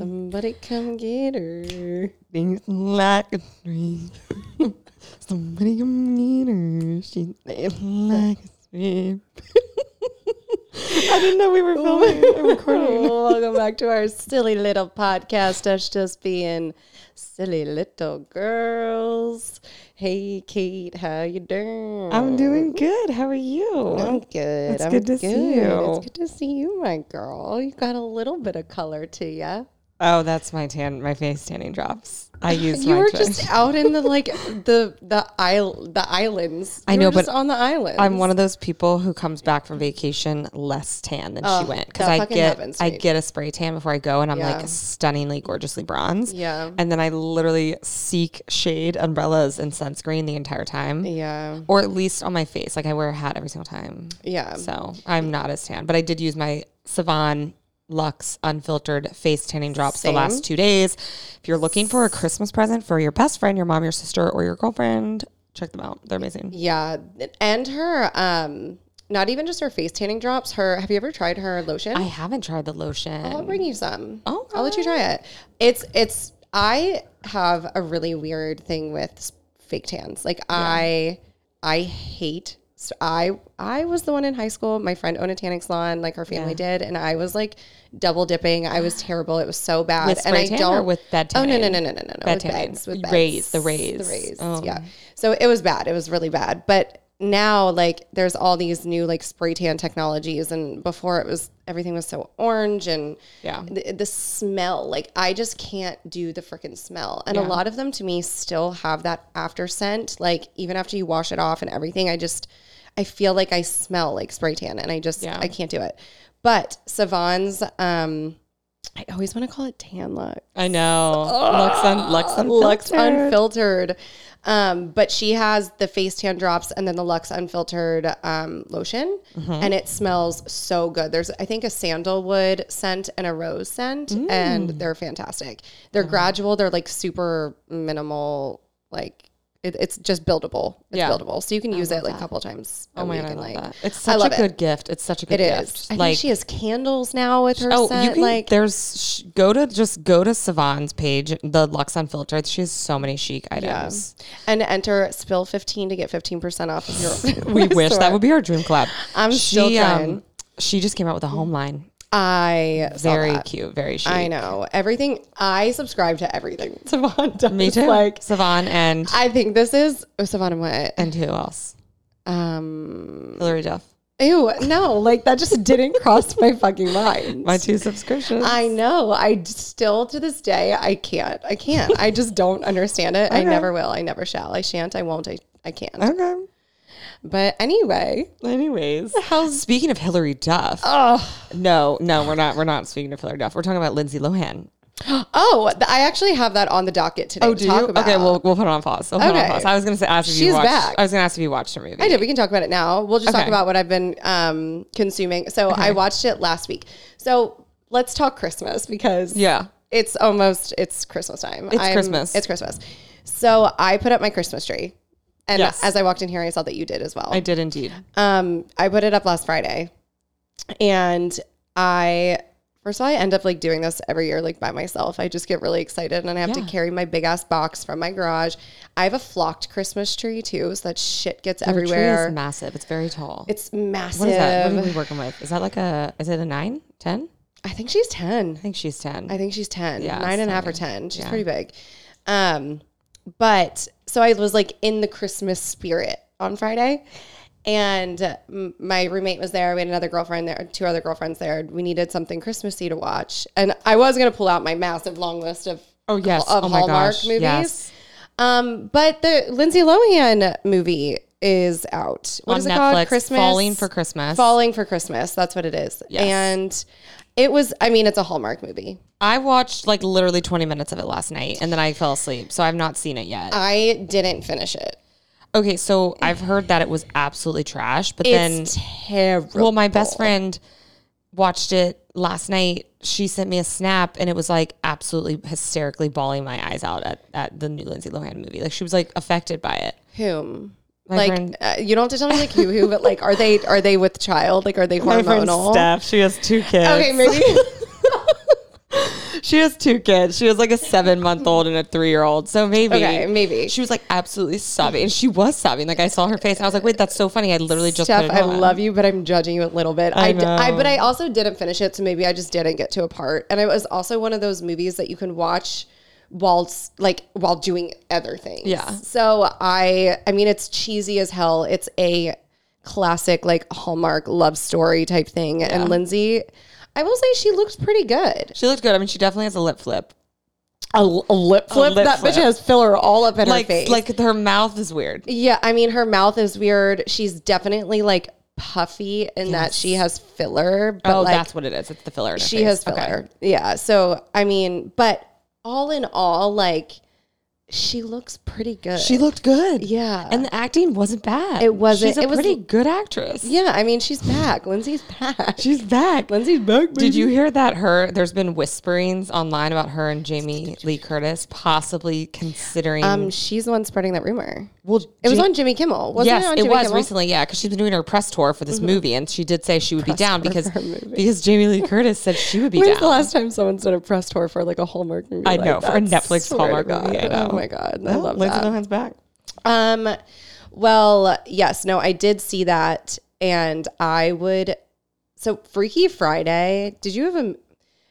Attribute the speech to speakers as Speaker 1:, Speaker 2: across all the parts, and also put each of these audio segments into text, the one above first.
Speaker 1: Mm.
Speaker 2: Somebody come get her.
Speaker 1: Things like a dream. Somebody come get her. She danced like a stream. I didn't know we were filming and recording.
Speaker 2: Welcome back to our silly little podcast, us just being silly little girls. Hey, Kate, how you doing?
Speaker 1: I'm doing good. How are
Speaker 2: I'm
Speaker 1: you?
Speaker 2: good.
Speaker 1: It's
Speaker 2: I'm
Speaker 1: good to see you.
Speaker 2: It's good to see you, my girl. You got a little bit of color to you.
Speaker 1: Oh, that's my tan. My face tanning drops. I use.
Speaker 2: You
Speaker 1: my
Speaker 2: were
Speaker 1: twist.
Speaker 2: just out in the like the the isle the islands.
Speaker 1: I
Speaker 2: You
Speaker 1: know,
Speaker 2: were just
Speaker 1: but
Speaker 2: on the island.
Speaker 1: I'm one of those people who comes back from vacation less tan than
Speaker 2: Oh,
Speaker 1: she went because
Speaker 2: that
Speaker 1: I
Speaker 2: fucking
Speaker 1: get
Speaker 2: happens to
Speaker 1: I
Speaker 2: me.
Speaker 1: get a spray tan before I go and I'm
Speaker 2: Yeah.
Speaker 1: like stunningly gorgeously bronze.
Speaker 2: Yeah.
Speaker 1: And then I literally seek shade, umbrellas, and sunscreen the entire time,
Speaker 2: Yeah.
Speaker 1: or at least on my face. Like I wear a hat every single time,
Speaker 2: Yeah.
Speaker 1: so I'm not as tan. But I did use my Savon Lux unfiltered face tanning drops
Speaker 2: Same.
Speaker 1: the last two days. If you're looking for a Christmas present for your best friend, your mom, your sister, or your girlfriend, check them out. They're amazing.
Speaker 2: Yeah, and her um not even just her face tanning drops, her have you ever tried her lotion?
Speaker 1: I
Speaker 2: I,
Speaker 1: haven't tried the lotion.
Speaker 2: will bring you some.
Speaker 1: Oh,
Speaker 2: I'll let you try it. It's it's I have a really weird thing with s- fake tans. Like I I hate s- I I was the one in high school. My friend owned a tanning salon, like her family did, and I was like double dipping. I was terrible. It was so bad.
Speaker 1: With
Speaker 2: and
Speaker 1: spray
Speaker 2: I
Speaker 1: tan
Speaker 2: don't
Speaker 1: or with bed
Speaker 2: Oh no
Speaker 1: tanning?
Speaker 2: no no no no no no
Speaker 1: Bed
Speaker 2: with
Speaker 1: tanning.
Speaker 2: beds with beds.
Speaker 1: Rays, the rays.
Speaker 2: the rays
Speaker 1: Oh.
Speaker 2: yeah. So it was bad. It was really bad. But now like there's all these new like spray tan technologies and before it was everything was so orange and
Speaker 1: Yeah.
Speaker 2: the, the smell like I just can't do the freaking smell. And a lot of them to me still have that after scent like even after you wash it off and everything I just I feel like I smell like spray tan and I just
Speaker 1: Yeah.
Speaker 2: I can't do it. But Savon's um I always want to call it tan look.
Speaker 1: I know. Lux on Lux on
Speaker 2: Lux Unfiltered. Um, but she has the face tan drops and then the Lux Unfiltered um, lotion,
Speaker 1: Mm-hmm.
Speaker 2: and it smells so good. There's, I think, a sandalwood scent and a rose scent, and
Speaker 1: Mm.
Speaker 2: they're fantastic. They're gradual. They're like super minimal. Like it, it's just buildable. It's
Speaker 1: Yeah.
Speaker 2: buildable, so you can use it like a couple times. a
Speaker 1: Oh my
Speaker 2: week
Speaker 1: god, I
Speaker 2: and,
Speaker 1: love
Speaker 2: like,
Speaker 1: that. It's
Speaker 2: I
Speaker 1: such
Speaker 2: love
Speaker 1: a
Speaker 2: it.
Speaker 1: good gift. It's such a good
Speaker 2: It is.
Speaker 1: gift.
Speaker 2: I
Speaker 1: like
Speaker 2: think she has candles now with her
Speaker 1: oh,
Speaker 2: scent.
Speaker 1: you can
Speaker 2: like
Speaker 1: there's sh- go to just go to Savon's page, the Lux Unfiltered. She has so many chic items.
Speaker 2: and enter spill fifteen to get fifteen percent off of your.
Speaker 1: We wish that would be our dream club.
Speaker 2: I'm still trying.
Speaker 1: she just came out with a home line.
Speaker 2: I saw
Speaker 1: Very
Speaker 2: that.
Speaker 1: cute, very chic.
Speaker 2: I know everything. I subscribe to everything Savon does.
Speaker 1: Me too.
Speaker 2: Like
Speaker 1: Savon and
Speaker 2: I think this is oh, Savon and what?
Speaker 1: and who else?
Speaker 2: Um,
Speaker 1: Hillary Duff.
Speaker 2: ew, no, like that just didn't cross my fucking mind.
Speaker 1: My two subscriptions.
Speaker 2: I know. I d- still to this day I can't. I can't. I just don't understand it. I
Speaker 1: Okay.
Speaker 2: never will. I never shall. I shan't. I won't. I, I can't.
Speaker 1: okay.
Speaker 2: But anyway,
Speaker 1: Anyways, speaking of Hillary Duff,
Speaker 2: oh,
Speaker 1: no, no, we're not. We're not speaking of Hillary Duff. We're talking about Lindsay Lohan.
Speaker 2: oh, th- I actually have that on the docket today. to talk About.
Speaker 1: Oh, Okay, we'll we'll put it on pause. We'll put it
Speaker 2: Okay.
Speaker 1: on pause. I was gonna say ask if
Speaker 2: She's
Speaker 1: you watched.
Speaker 2: back.
Speaker 1: I was gonna ask if you watched her movie.
Speaker 2: I did. We can talk about it now. We'll just talk
Speaker 1: Okay.
Speaker 2: about what I've been um, consuming. So I watched it last week. So let's talk Christmas because
Speaker 1: Yeah.
Speaker 2: it's almost it's Christmas time. It's
Speaker 1: Christmas.
Speaker 2: It's Christmas. So I put up my Christmas tree, and
Speaker 1: Yes.
Speaker 2: as I walked in here, I saw that you did as well.
Speaker 1: I did indeed.
Speaker 2: Um, I put it up last Friday, and I first of all I end up like doing this every year like by myself. I just get really excited, and I have to
Speaker 1: Yeah.
Speaker 2: carry my big ass box from my garage. I have a flocked Christmas tree too, so that shit gets everywhere.
Speaker 1: Tree is massive. It's very tall.
Speaker 2: It's massive.
Speaker 1: what is that? What are we working with? Is that like a? Is it a nine? Ten?
Speaker 2: I think she's 10.
Speaker 1: I think she's ten.
Speaker 2: I think she's 10.
Speaker 1: Yeah,
Speaker 2: Nine and a half or
Speaker 1: it's
Speaker 2: 10. She's pretty big. Um, but so I was like in the Christmas spirit on Friday. And m- my roommate was there. We had another girlfriend there, two other girlfriends there. We needed something Christmassy to watch. And I was going to pull out my massive long list of,
Speaker 1: oh yes.
Speaker 2: of
Speaker 1: oh my
Speaker 2: Hallmark
Speaker 1: gosh.
Speaker 2: movies.
Speaker 1: Yes.
Speaker 2: Um, but the Lindsay Lohan movie is out. What
Speaker 1: On
Speaker 2: is it
Speaker 1: Netflix.
Speaker 2: called? Christmas.
Speaker 1: Falling for Christmas.
Speaker 2: Falling for Christmas. That's what it is.
Speaker 1: Yes.
Speaker 2: And it was, I mean, it's a Hallmark movie.
Speaker 1: I watched like literally twenty minutes of it last night, and then I fell asleep. So I've not seen it yet.
Speaker 2: I didn't finish it.
Speaker 1: Okay, so I've heard that it was absolutely trash, but then
Speaker 2: It's terrible.
Speaker 1: well, my best friend watched it last night. She sent me a snap, and it was like absolutely hysterically bawling my eyes out at, at the new Lindsay Lohan movie. Like she was like affected by it.
Speaker 2: Whom?
Speaker 1: My
Speaker 2: like
Speaker 1: friend-
Speaker 2: uh, you don't have to tell me like who who, but like are they are they with child? Like are they hormonal?
Speaker 1: Steph, she has two kids.
Speaker 2: Okay, maybe
Speaker 1: She has two kids. She has like a seven month old and a three year old. So maybe.
Speaker 2: Okay, maybe.
Speaker 1: She was like absolutely sobbing. And she was sobbing. Like I saw her face. And I was like, wait, that's so funny. I literally just.
Speaker 2: Steph, I
Speaker 1: on.
Speaker 2: love you, but I'm judging you a little bit.
Speaker 1: I
Speaker 2: I, d- I-
Speaker 1: know.
Speaker 2: but I also didn't finish it, so maybe I just didn't get to a part. And it was also one of those movies that you can watch whilst like while doing other things.
Speaker 1: Yeah.
Speaker 2: So I I mean it's cheesy as hell. It's a classic like Hallmark love story type thing. And Lindsay, I will say she looked pretty good.
Speaker 1: She looked good. I mean, she definitely has a lip flip.
Speaker 2: A, lip flip.
Speaker 1: lip
Speaker 2: that
Speaker 1: flip.
Speaker 2: bitch has filler all up in
Speaker 1: Like,
Speaker 2: her face.
Speaker 1: like her mouth is weird.
Speaker 2: Yeah, I mean, her mouth is weird. She's definitely like puffy in that she has filler, but
Speaker 1: oh,
Speaker 2: like
Speaker 1: that's what it is. It's the filler. In her
Speaker 2: she
Speaker 1: face.
Speaker 2: has
Speaker 1: Okay.
Speaker 2: filler. Yeah. So, I mean, but all in all, like she looks pretty good.
Speaker 1: She looked good.
Speaker 2: yeah.
Speaker 1: And the acting wasn't bad.
Speaker 2: It wasn't-
Speaker 1: She's a
Speaker 2: it was-
Speaker 1: pretty good actress.
Speaker 2: yeah, I mean, she's back. Lindsay's back.
Speaker 1: She's back.
Speaker 2: Lindsay's back.
Speaker 1: Did you hear that her there's been whisperings online about her and Jamie Lee Curtis possibly considering
Speaker 2: Um, she's the one spreading that rumor.
Speaker 1: well
Speaker 2: It was on Jimmy Kimmel, wasn't
Speaker 1: yes,
Speaker 2: it? On
Speaker 1: it
Speaker 2: Jimmy
Speaker 1: was
Speaker 2: Kimmel? Mm-hmm.
Speaker 1: recently, yeah, because she's been doing her press tour for this movie, and she did say she would be down
Speaker 2: tour
Speaker 1: because
Speaker 2: for a movie.
Speaker 1: because Jamie Lee Curtis said she would be
Speaker 2: When's the
Speaker 1: down.
Speaker 2: last time someone's done a press tour for like a Hallmark movie?
Speaker 1: I
Speaker 2: like
Speaker 1: know, for a
Speaker 2: that?
Speaker 1: Netflix
Speaker 2: Swear to
Speaker 1: Hallmark
Speaker 2: God.
Speaker 1: movie, I know.
Speaker 2: Oh my god, I love
Speaker 1: Lindsay
Speaker 2: that.
Speaker 1: Lohan's back.
Speaker 2: Um, well, yes, no, I did see that, and I would. So, Freaky Friday. Did you have a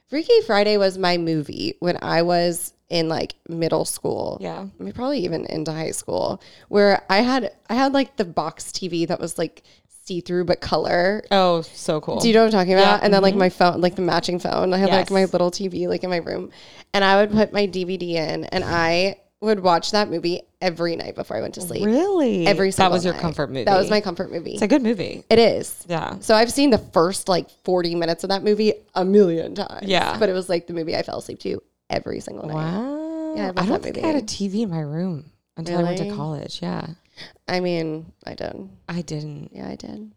Speaker 2: Freaky Friday? Was my movie when I was in like middle school.
Speaker 1: Yeah.
Speaker 2: I mean, probably even into high school, where I had I had like the box TV that was like see through but color.
Speaker 1: Oh, so cool.
Speaker 2: Do you know what I'm talking about?
Speaker 1: Yeah, mm-hmm.
Speaker 2: And then like my phone, like the matching phone. I had like
Speaker 1: Yes.
Speaker 2: my little TV like in my room, and I would put my DVD in, and I would watch that movie every night before I went to sleep.
Speaker 1: really?
Speaker 2: Every single
Speaker 1: that was your
Speaker 2: night.
Speaker 1: comfort movie.
Speaker 2: That was my comfort movie.
Speaker 1: It's a good movie.
Speaker 2: it is.
Speaker 1: Yeah.
Speaker 2: So I've seen the first like 40 minutes of that movie a million times.
Speaker 1: Yeah.
Speaker 2: But it was like the movie I fell asleep to every single night.
Speaker 1: Wow.
Speaker 2: Yeah, I
Speaker 1: I,
Speaker 2: love that
Speaker 1: don't think I had a
Speaker 2: movie.
Speaker 1: TV in my room until I went to
Speaker 2: Really?
Speaker 1: college. Yeah,
Speaker 2: I mean, I did.
Speaker 1: I didn't.
Speaker 2: Yeah, I did.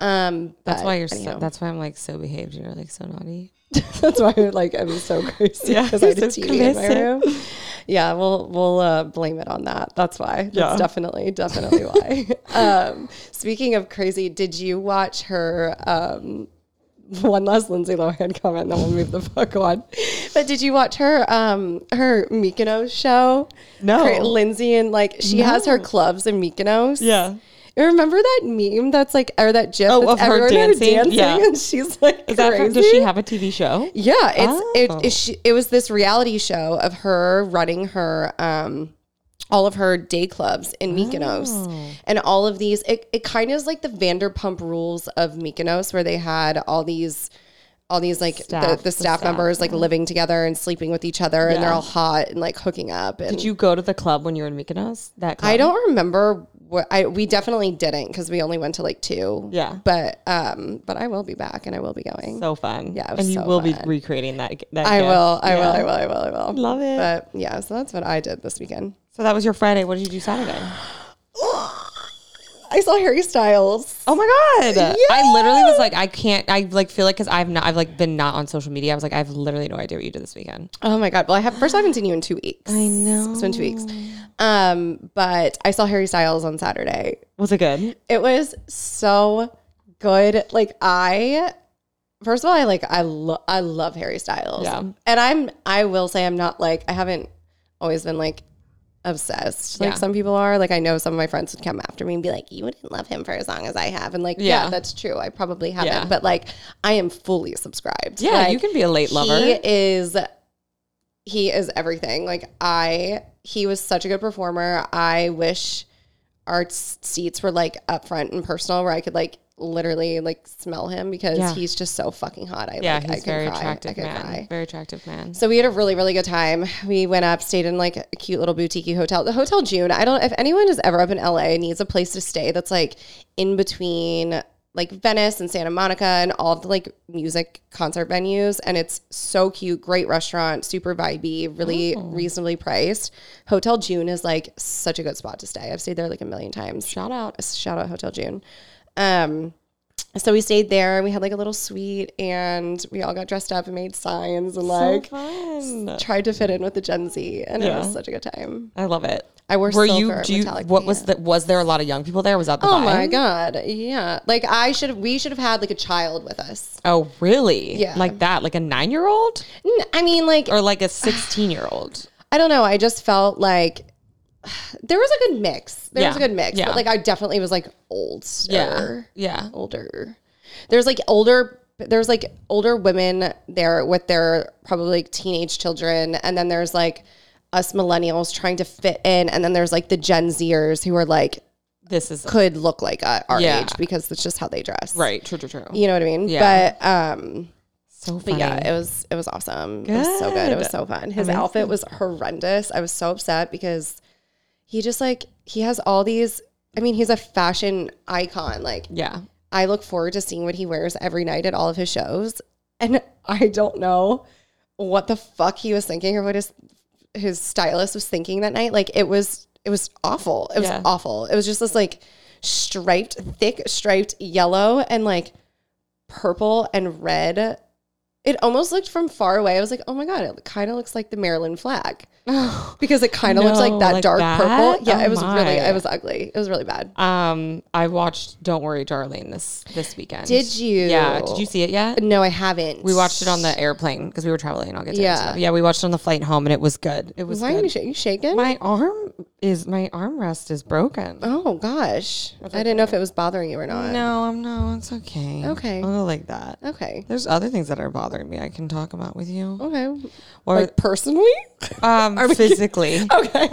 Speaker 2: Um,
Speaker 1: That's
Speaker 2: but
Speaker 1: why you're. So,
Speaker 2: anyhow.
Speaker 1: that's why I'm like so behaved. You're like so naughty.
Speaker 2: That's why like I'm so crazy
Speaker 1: Yeah,
Speaker 2: because I had a
Speaker 1: so
Speaker 2: TV in my
Speaker 1: commissive.
Speaker 2: room. Yeah, we'll we'll uh, blame it on that. That's why. That's
Speaker 1: Yeah.
Speaker 2: definitely definitely why. um, speaking of crazy, did you watch her? Um, one last Lindsay Lohan comment, then we'll move the fuck on. But did you watch her um her Mykonos show?
Speaker 1: No.
Speaker 2: Cra- Lindsay and like she has her clubs in Mykonos.
Speaker 1: Yeah.
Speaker 2: You remember that meme that's like or that gif
Speaker 1: Oh,
Speaker 2: that's
Speaker 1: of her
Speaker 2: everyone there
Speaker 1: dancing? Yeah.
Speaker 2: and she's like
Speaker 1: Is that
Speaker 2: crazy.
Speaker 1: from, does she have a TV show?
Speaker 2: Yeah, it's
Speaker 1: Oh.
Speaker 2: it, it, she, it was this reality show of her running her um all of her day clubs in Mykonos.
Speaker 1: Oh.
Speaker 2: And all of these it, it kind of is like the Vanderpump rules of Mykonos where they had all these all these like
Speaker 1: Staff,
Speaker 2: the, the
Speaker 1: the
Speaker 2: staff
Speaker 1: staff,
Speaker 2: members like living together and sleeping with each other and they're
Speaker 1: Yeah.
Speaker 2: all hot and like hooking up and
Speaker 1: Did you go to the club when you were in Mykonos? That club?
Speaker 2: I don't remember what I we definitely didn't because we only went to like two.
Speaker 1: Yeah.
Speaker 2: But um but I will be back and I will be going.
Speaker 1: So fun.
Speaker 2: Yeah, it was
Speaker 1: and you
Speaker 2: so
Speaker 1: will be
Speaker 2: fun.
Speaker 1: recreating that. that
Speaker 2: I
Speaker 1: gift.
Speaker 2: will, I
Speaker 1: Yeah.
Speaker 2: will, I will, I will, I will.
Speaker 1: Love it.
Speaker 2: But yeah, so that's what I did this weekend.
Speaker 1: So that was your Friday. What did you do Saturday?
Speaker 2: I saw Harry Styles.
Speaker 1: Oh my god! I literally was like, I can't. I like feel like because I've not. I've like been not on social media. I was like, I have literally no idea what you did this weekend.
Speaker 2: Oh my god. Well, I have first I haven't seen you in two weeks. I
Speaker 1: know.
Speaker 2: It's been two weeks. Um, but I saw Harry Styles on Saturday.
Speaker 1: Was it good?
Speaker 2: It was so good. Like I first of all, I like I love I love Harry Styles.
Speaker 1: Yeah.
Speaker 2: And I'm I will say I'm not like I haven't always been like obsessed like
Speaker 1: Yeah.
Speaker 2: some people are. Like I know some of my friends would come after me and be like, You wouldn't love him for as long as I have. And like, yeah,
Speaker 1: Yeah.
Speaker 2: that's true. I probably haven't.
Speaker 1: Yeah.
Speaker 2: But like I am fully subscribed.
Speaker 1: Yeah,
Speaker 2: Like,
Speaker 1: you can be a late lover.
Speaker 2: he is he is everything. Like I he was such a good performer. I wish our s- seats were like up front and personal where I could like literally like smell him because
Speaker 1: Yeah.
Speaker 2: he's just so fucking hot. I
Speaker 1: yeah,
Speaker 2: like, I
Speaker 1: he's
Speaker 2: could
Speaker 1: very
Speaker 2: cry. I
Speaker 1: attractive
Speaker 2: could
Speaker 1: man.
Speaker 2: cry.
Speaker 1: Very attractive man.
Speaker 2: So we had a really, really good time. We went up, stayed in like a cute little boutique hotel. The Hotel June. I don't if anyone is ever up in LA and needs a place to stay that's like in between like Venice and Santa Monica and all of the like music concert venues. And it's so cute, great restaurant, super vibey, really reasonably priced. Hotel June is like such a good spot to stay. I've stayed there like a million times
Speaker 1: Shout out.
Speaker 2: shout out Hotel June. Um, so we stayed there and we had like a little suite and we all got dressed up and made signs and like
Speaker 1: so fun.
Speaker 2: tried to fit in with the Gen Z and it
Speaker 1: Yeah.
Speaker 2: was such a good time.
Speaker 1: I love it.
Speaker 2: I wore
Speaker 1: Were
Speaker 2: silver
Speaker 1: you? Do you?
Speaker 2: metallic
Speaker 1: What was
Speaker 2: pants.
Speaker 1: that? Was there a lot of young people there? Was that the?
Speaker 2: Oh
Speaker 1: vibe?
Speaker 2: my god! Yeah, like I should. We should have had like a child with us.
Speaker 1: Oh really?
Speaker 2: Yeah.
Speaker 1: Like that? Like a nine-year-old
Speaker 2: N- I mean, like
Speaker 1: or like a sixteen-year-old?
Speaker 2: I don't know. I just felt like there was a good mix. There was a
Speaker 1: Yeah.
Speaker 2: good mix,
Speaker 1: Yeah.
Speaker 2: but like I definitely was like older.
Speaker 1: Yeah. Yeah.
Speaker 2: older. There's like older. There's like older women there with their probably like teenage children, and then there's like us millennials trying to fit in, and then there's like the Gen Zers who are like
Speaker 1: This is
Speaker 2: could look like uh, our
Speaker 1: Yeah.
Speaker 2: age because that's just how they dress.
Speaker 1: right. True. True. True.
Speaker 2: You know what I mean?
Speaker 1: Yeah.
Speaker 2: But um
Speaker 1: So
Speaker 2: but
Speaker 1: funny.
Speaker 2: yeah, it was it was awesome. It was so good. It was
Speaker 1: Good.
Speaker 2: so fun. His outfit was horrendous. I was so upset because he just like he has all these I mean, he's a fashion icon. Like
Speaker 1: yeah.
Speaker 2: I look forward to seeing what he wears every night at all of his shows. And I don't know what the fuck he was thinking or what his his stylist was thinking that night. Like it was it was awful. It was
Speaker 1: Yeah.
Speaker 2: awful. It was just this like striped, thick striped yellow and like purple and red. It almost looked from far away. I was like, oh my God, it kind of looks like the Maryland flag because it kind of looks like
Speaker 1: No,
Speaker 2: that
Speaker 1: like
Speaker 2: dark
Speaker 1: that?
Speaker 2: purple. Yeah,
Speaker 1: Oh
Speaker 2: it was really,
Speaker 1: my.
Speaker 2: it was ugly. It was really bad.
Speaker 1: Um, I watched Don't Worry, Darling this this weekend.
Speaker 2: Did you?
Speaker 1: Yeah. Did you see it yet?
Speaker 2: No, I haven't.
Speaker 1: We watched it on the airplane because we were traveling. I'll get to
Speaker 2: Yeah.
Speaker 1: yeah. Stuff. Yeah, we watched it on the flight home, and it was good. It was
Speaker 2: Why are
Speaker 1: good.
Speaker 2: you, sh- you shaking?
Speaker 1: my arm is my armrest is broken.
Speaker 2: oh gosh, I didn't know if it was bothering you or not.
Speaker 1: No, I'm no, it's okay.
Speaker 2: Okay.
Speaker 1: I'll go like that.
Speaker 2: Okay. Oh,
Speaker 1: There's other things that are bothering me I can talk about with you.
Speaker 2: Okay.
Speaker 1: Or
Speaker 2: like personally?
Speaker 1: um physically.
Speaker 2: Okay.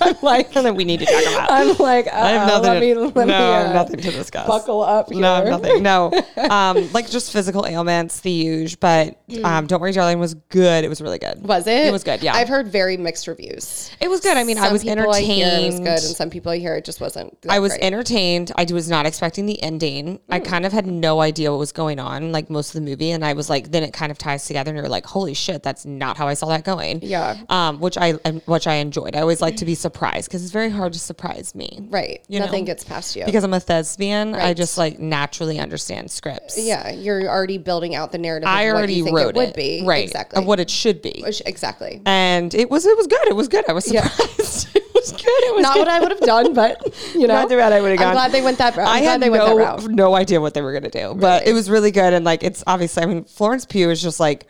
Speaker 2: I'm like,
Speaker 1: that we need to talk about.
Speaker 2: I'm like,
Speaker 1: I have
Speaker 2: uh-oh,
Speaker 1: nothing
Speaker 2: let
Speaker 1: to,
Speaker 2: me, let
Speaker 1: no,
Speaker 2: me uh,
Speaker 1: nothing to discuss.
Speaker 2: buckle up here.
Speaker 1: No, I have nothing. No, um, like just physical ailments, the huge. But um, don't worry, darling. Was good. It was really good.
Speaker 2: Mm. Was it?
Speaker 1: It was good. Yeah,
Speaker 2: I've heard very mixed reviews.
Speaker 1: it was good. I mean, I
Speaker 2: Some
Speaker 1: was
Speaker 2: people I hear it was
Speaker 1: entertained.
Speaker 2: good, and some people I hear it just wasn't. that
Speaker 1: I was
Speaker 2: great. Mm.
Speaker 1: entertained. I was not expecting the ending. I kind of had no idea what was going on, like most of the movie. And I was like, then it kind of ties together, and you're like, holy shit, that's not how I saw that going.
Speaker 2: Yeah.
Speaker 1: Um, which I um, which I enjoyed. I always like to be surprised because it's very hard to surprise me.
Speaker 2: right.
Speaker 1: you
Speaker 2: Nothing
Speaker 1: know,
Speaker 2: gets past you.
Speaker 1: Because I'm a thespian, I
Speaker 2: Right.
Speaker 1: just like naturally understand scripts.
Speaker 2: yeah, you're already building out the narrative.
Speaker 1: I
Speaker 2: of what
Speaker 1: already
Speaker 2: you think
Speaker 1: wrote
Speaker 2: it would be
Speaker 1: right
Speaker 2: exactly
Speaker 1: of what it should be.
Speaker 2: Which- exactly.
Speaker 1: And it was it was good. It was good. I was
Speaker 2: Yeah.
Speaker 1: surprised. it was good. It was
Speaker 2: Not
Speaker 1: good.
Speaker 2: what I would have done, but you know,
Speaker 1: Not the route I would've
Speaker 2: I'm
Speaker 1: gone.
Speaker 2: glad they went that route. I'm
Speaker 1: I
Speaker 2: glad
Speaker 1: had
Speaker 2: they went
Speaker 1: no,
Speaker 2: that route.
Speaker 1: no idea what they were going to do, but it was really good. And like, it's obviously, I mean, Florence Pugh is just like,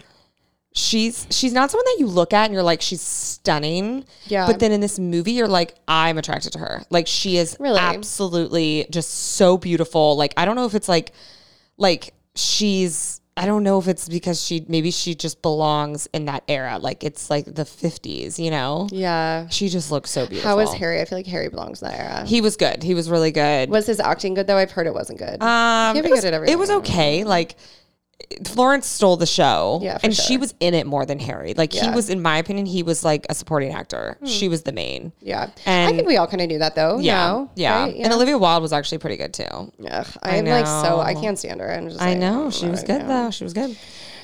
Speaker 1: she's, she's not someone that you look at and you're like, she's stunning.
Speaker 2: Yeah.
Speaker 1: But then in this movie, you're like, I'm attracted to her. Like she is
Speaker 2: Really?
Speaker 1: absolutely just so beautiful. Like, I don't know if it's like, like she's, I don't know if it's because she, maybe she just belongs in that era. Like it's like the fifties, you know,
Speaker 2: Yeah.
Speaker 1: she just looks so beautiful.
Speaker 2: How was Harry? I feel like Harry belongs in that era.
Speaker 1: He was good. He was really good.
Speaker 2: Was his acting good though? I've heard it wasn't good.
Speaker 1: Um,
Speaker 2: Can't be
Speaker 1: it, was,
Speaker 2: good at
Speaker 1: it was
Speaker 2: everything.
Speaker 1: okay. Like Florence stole the show,
Speaker 2: Yeah, for
Speaker 1: and she
Speaker 2: sure.
Speaker 1: was in it more than Harry. Like
Speaker 2: Yeah. Hmm.
Speaker 1: he was, in my opinion, he was like a supporting actor. She was the main.
Speaker 2: yeah. I
Speaker 1: and-
Speaker 2: think we all kind of knew that though.
Speaker 1: Yeah,
Speaker 2: now,
Speaker 1: yeah.
Speaker 2: right?
Speaker 1: And Olivia Wilde was actually pretty good too.
Speaker 2: Ugh, I'm like so I
Speaker 1: know.
Speaker 2: can't stand her. I'm just
Speaker 1: I
Speaker 2: like,
Speaker 1: know
Speaker 2: I'm
Speaker 1: she
Speaker 2: not
Speaker 1: was
Speaker 2: a
Speaker 1: good
Speaker 2: fan.
Speaker 1: though. She was good.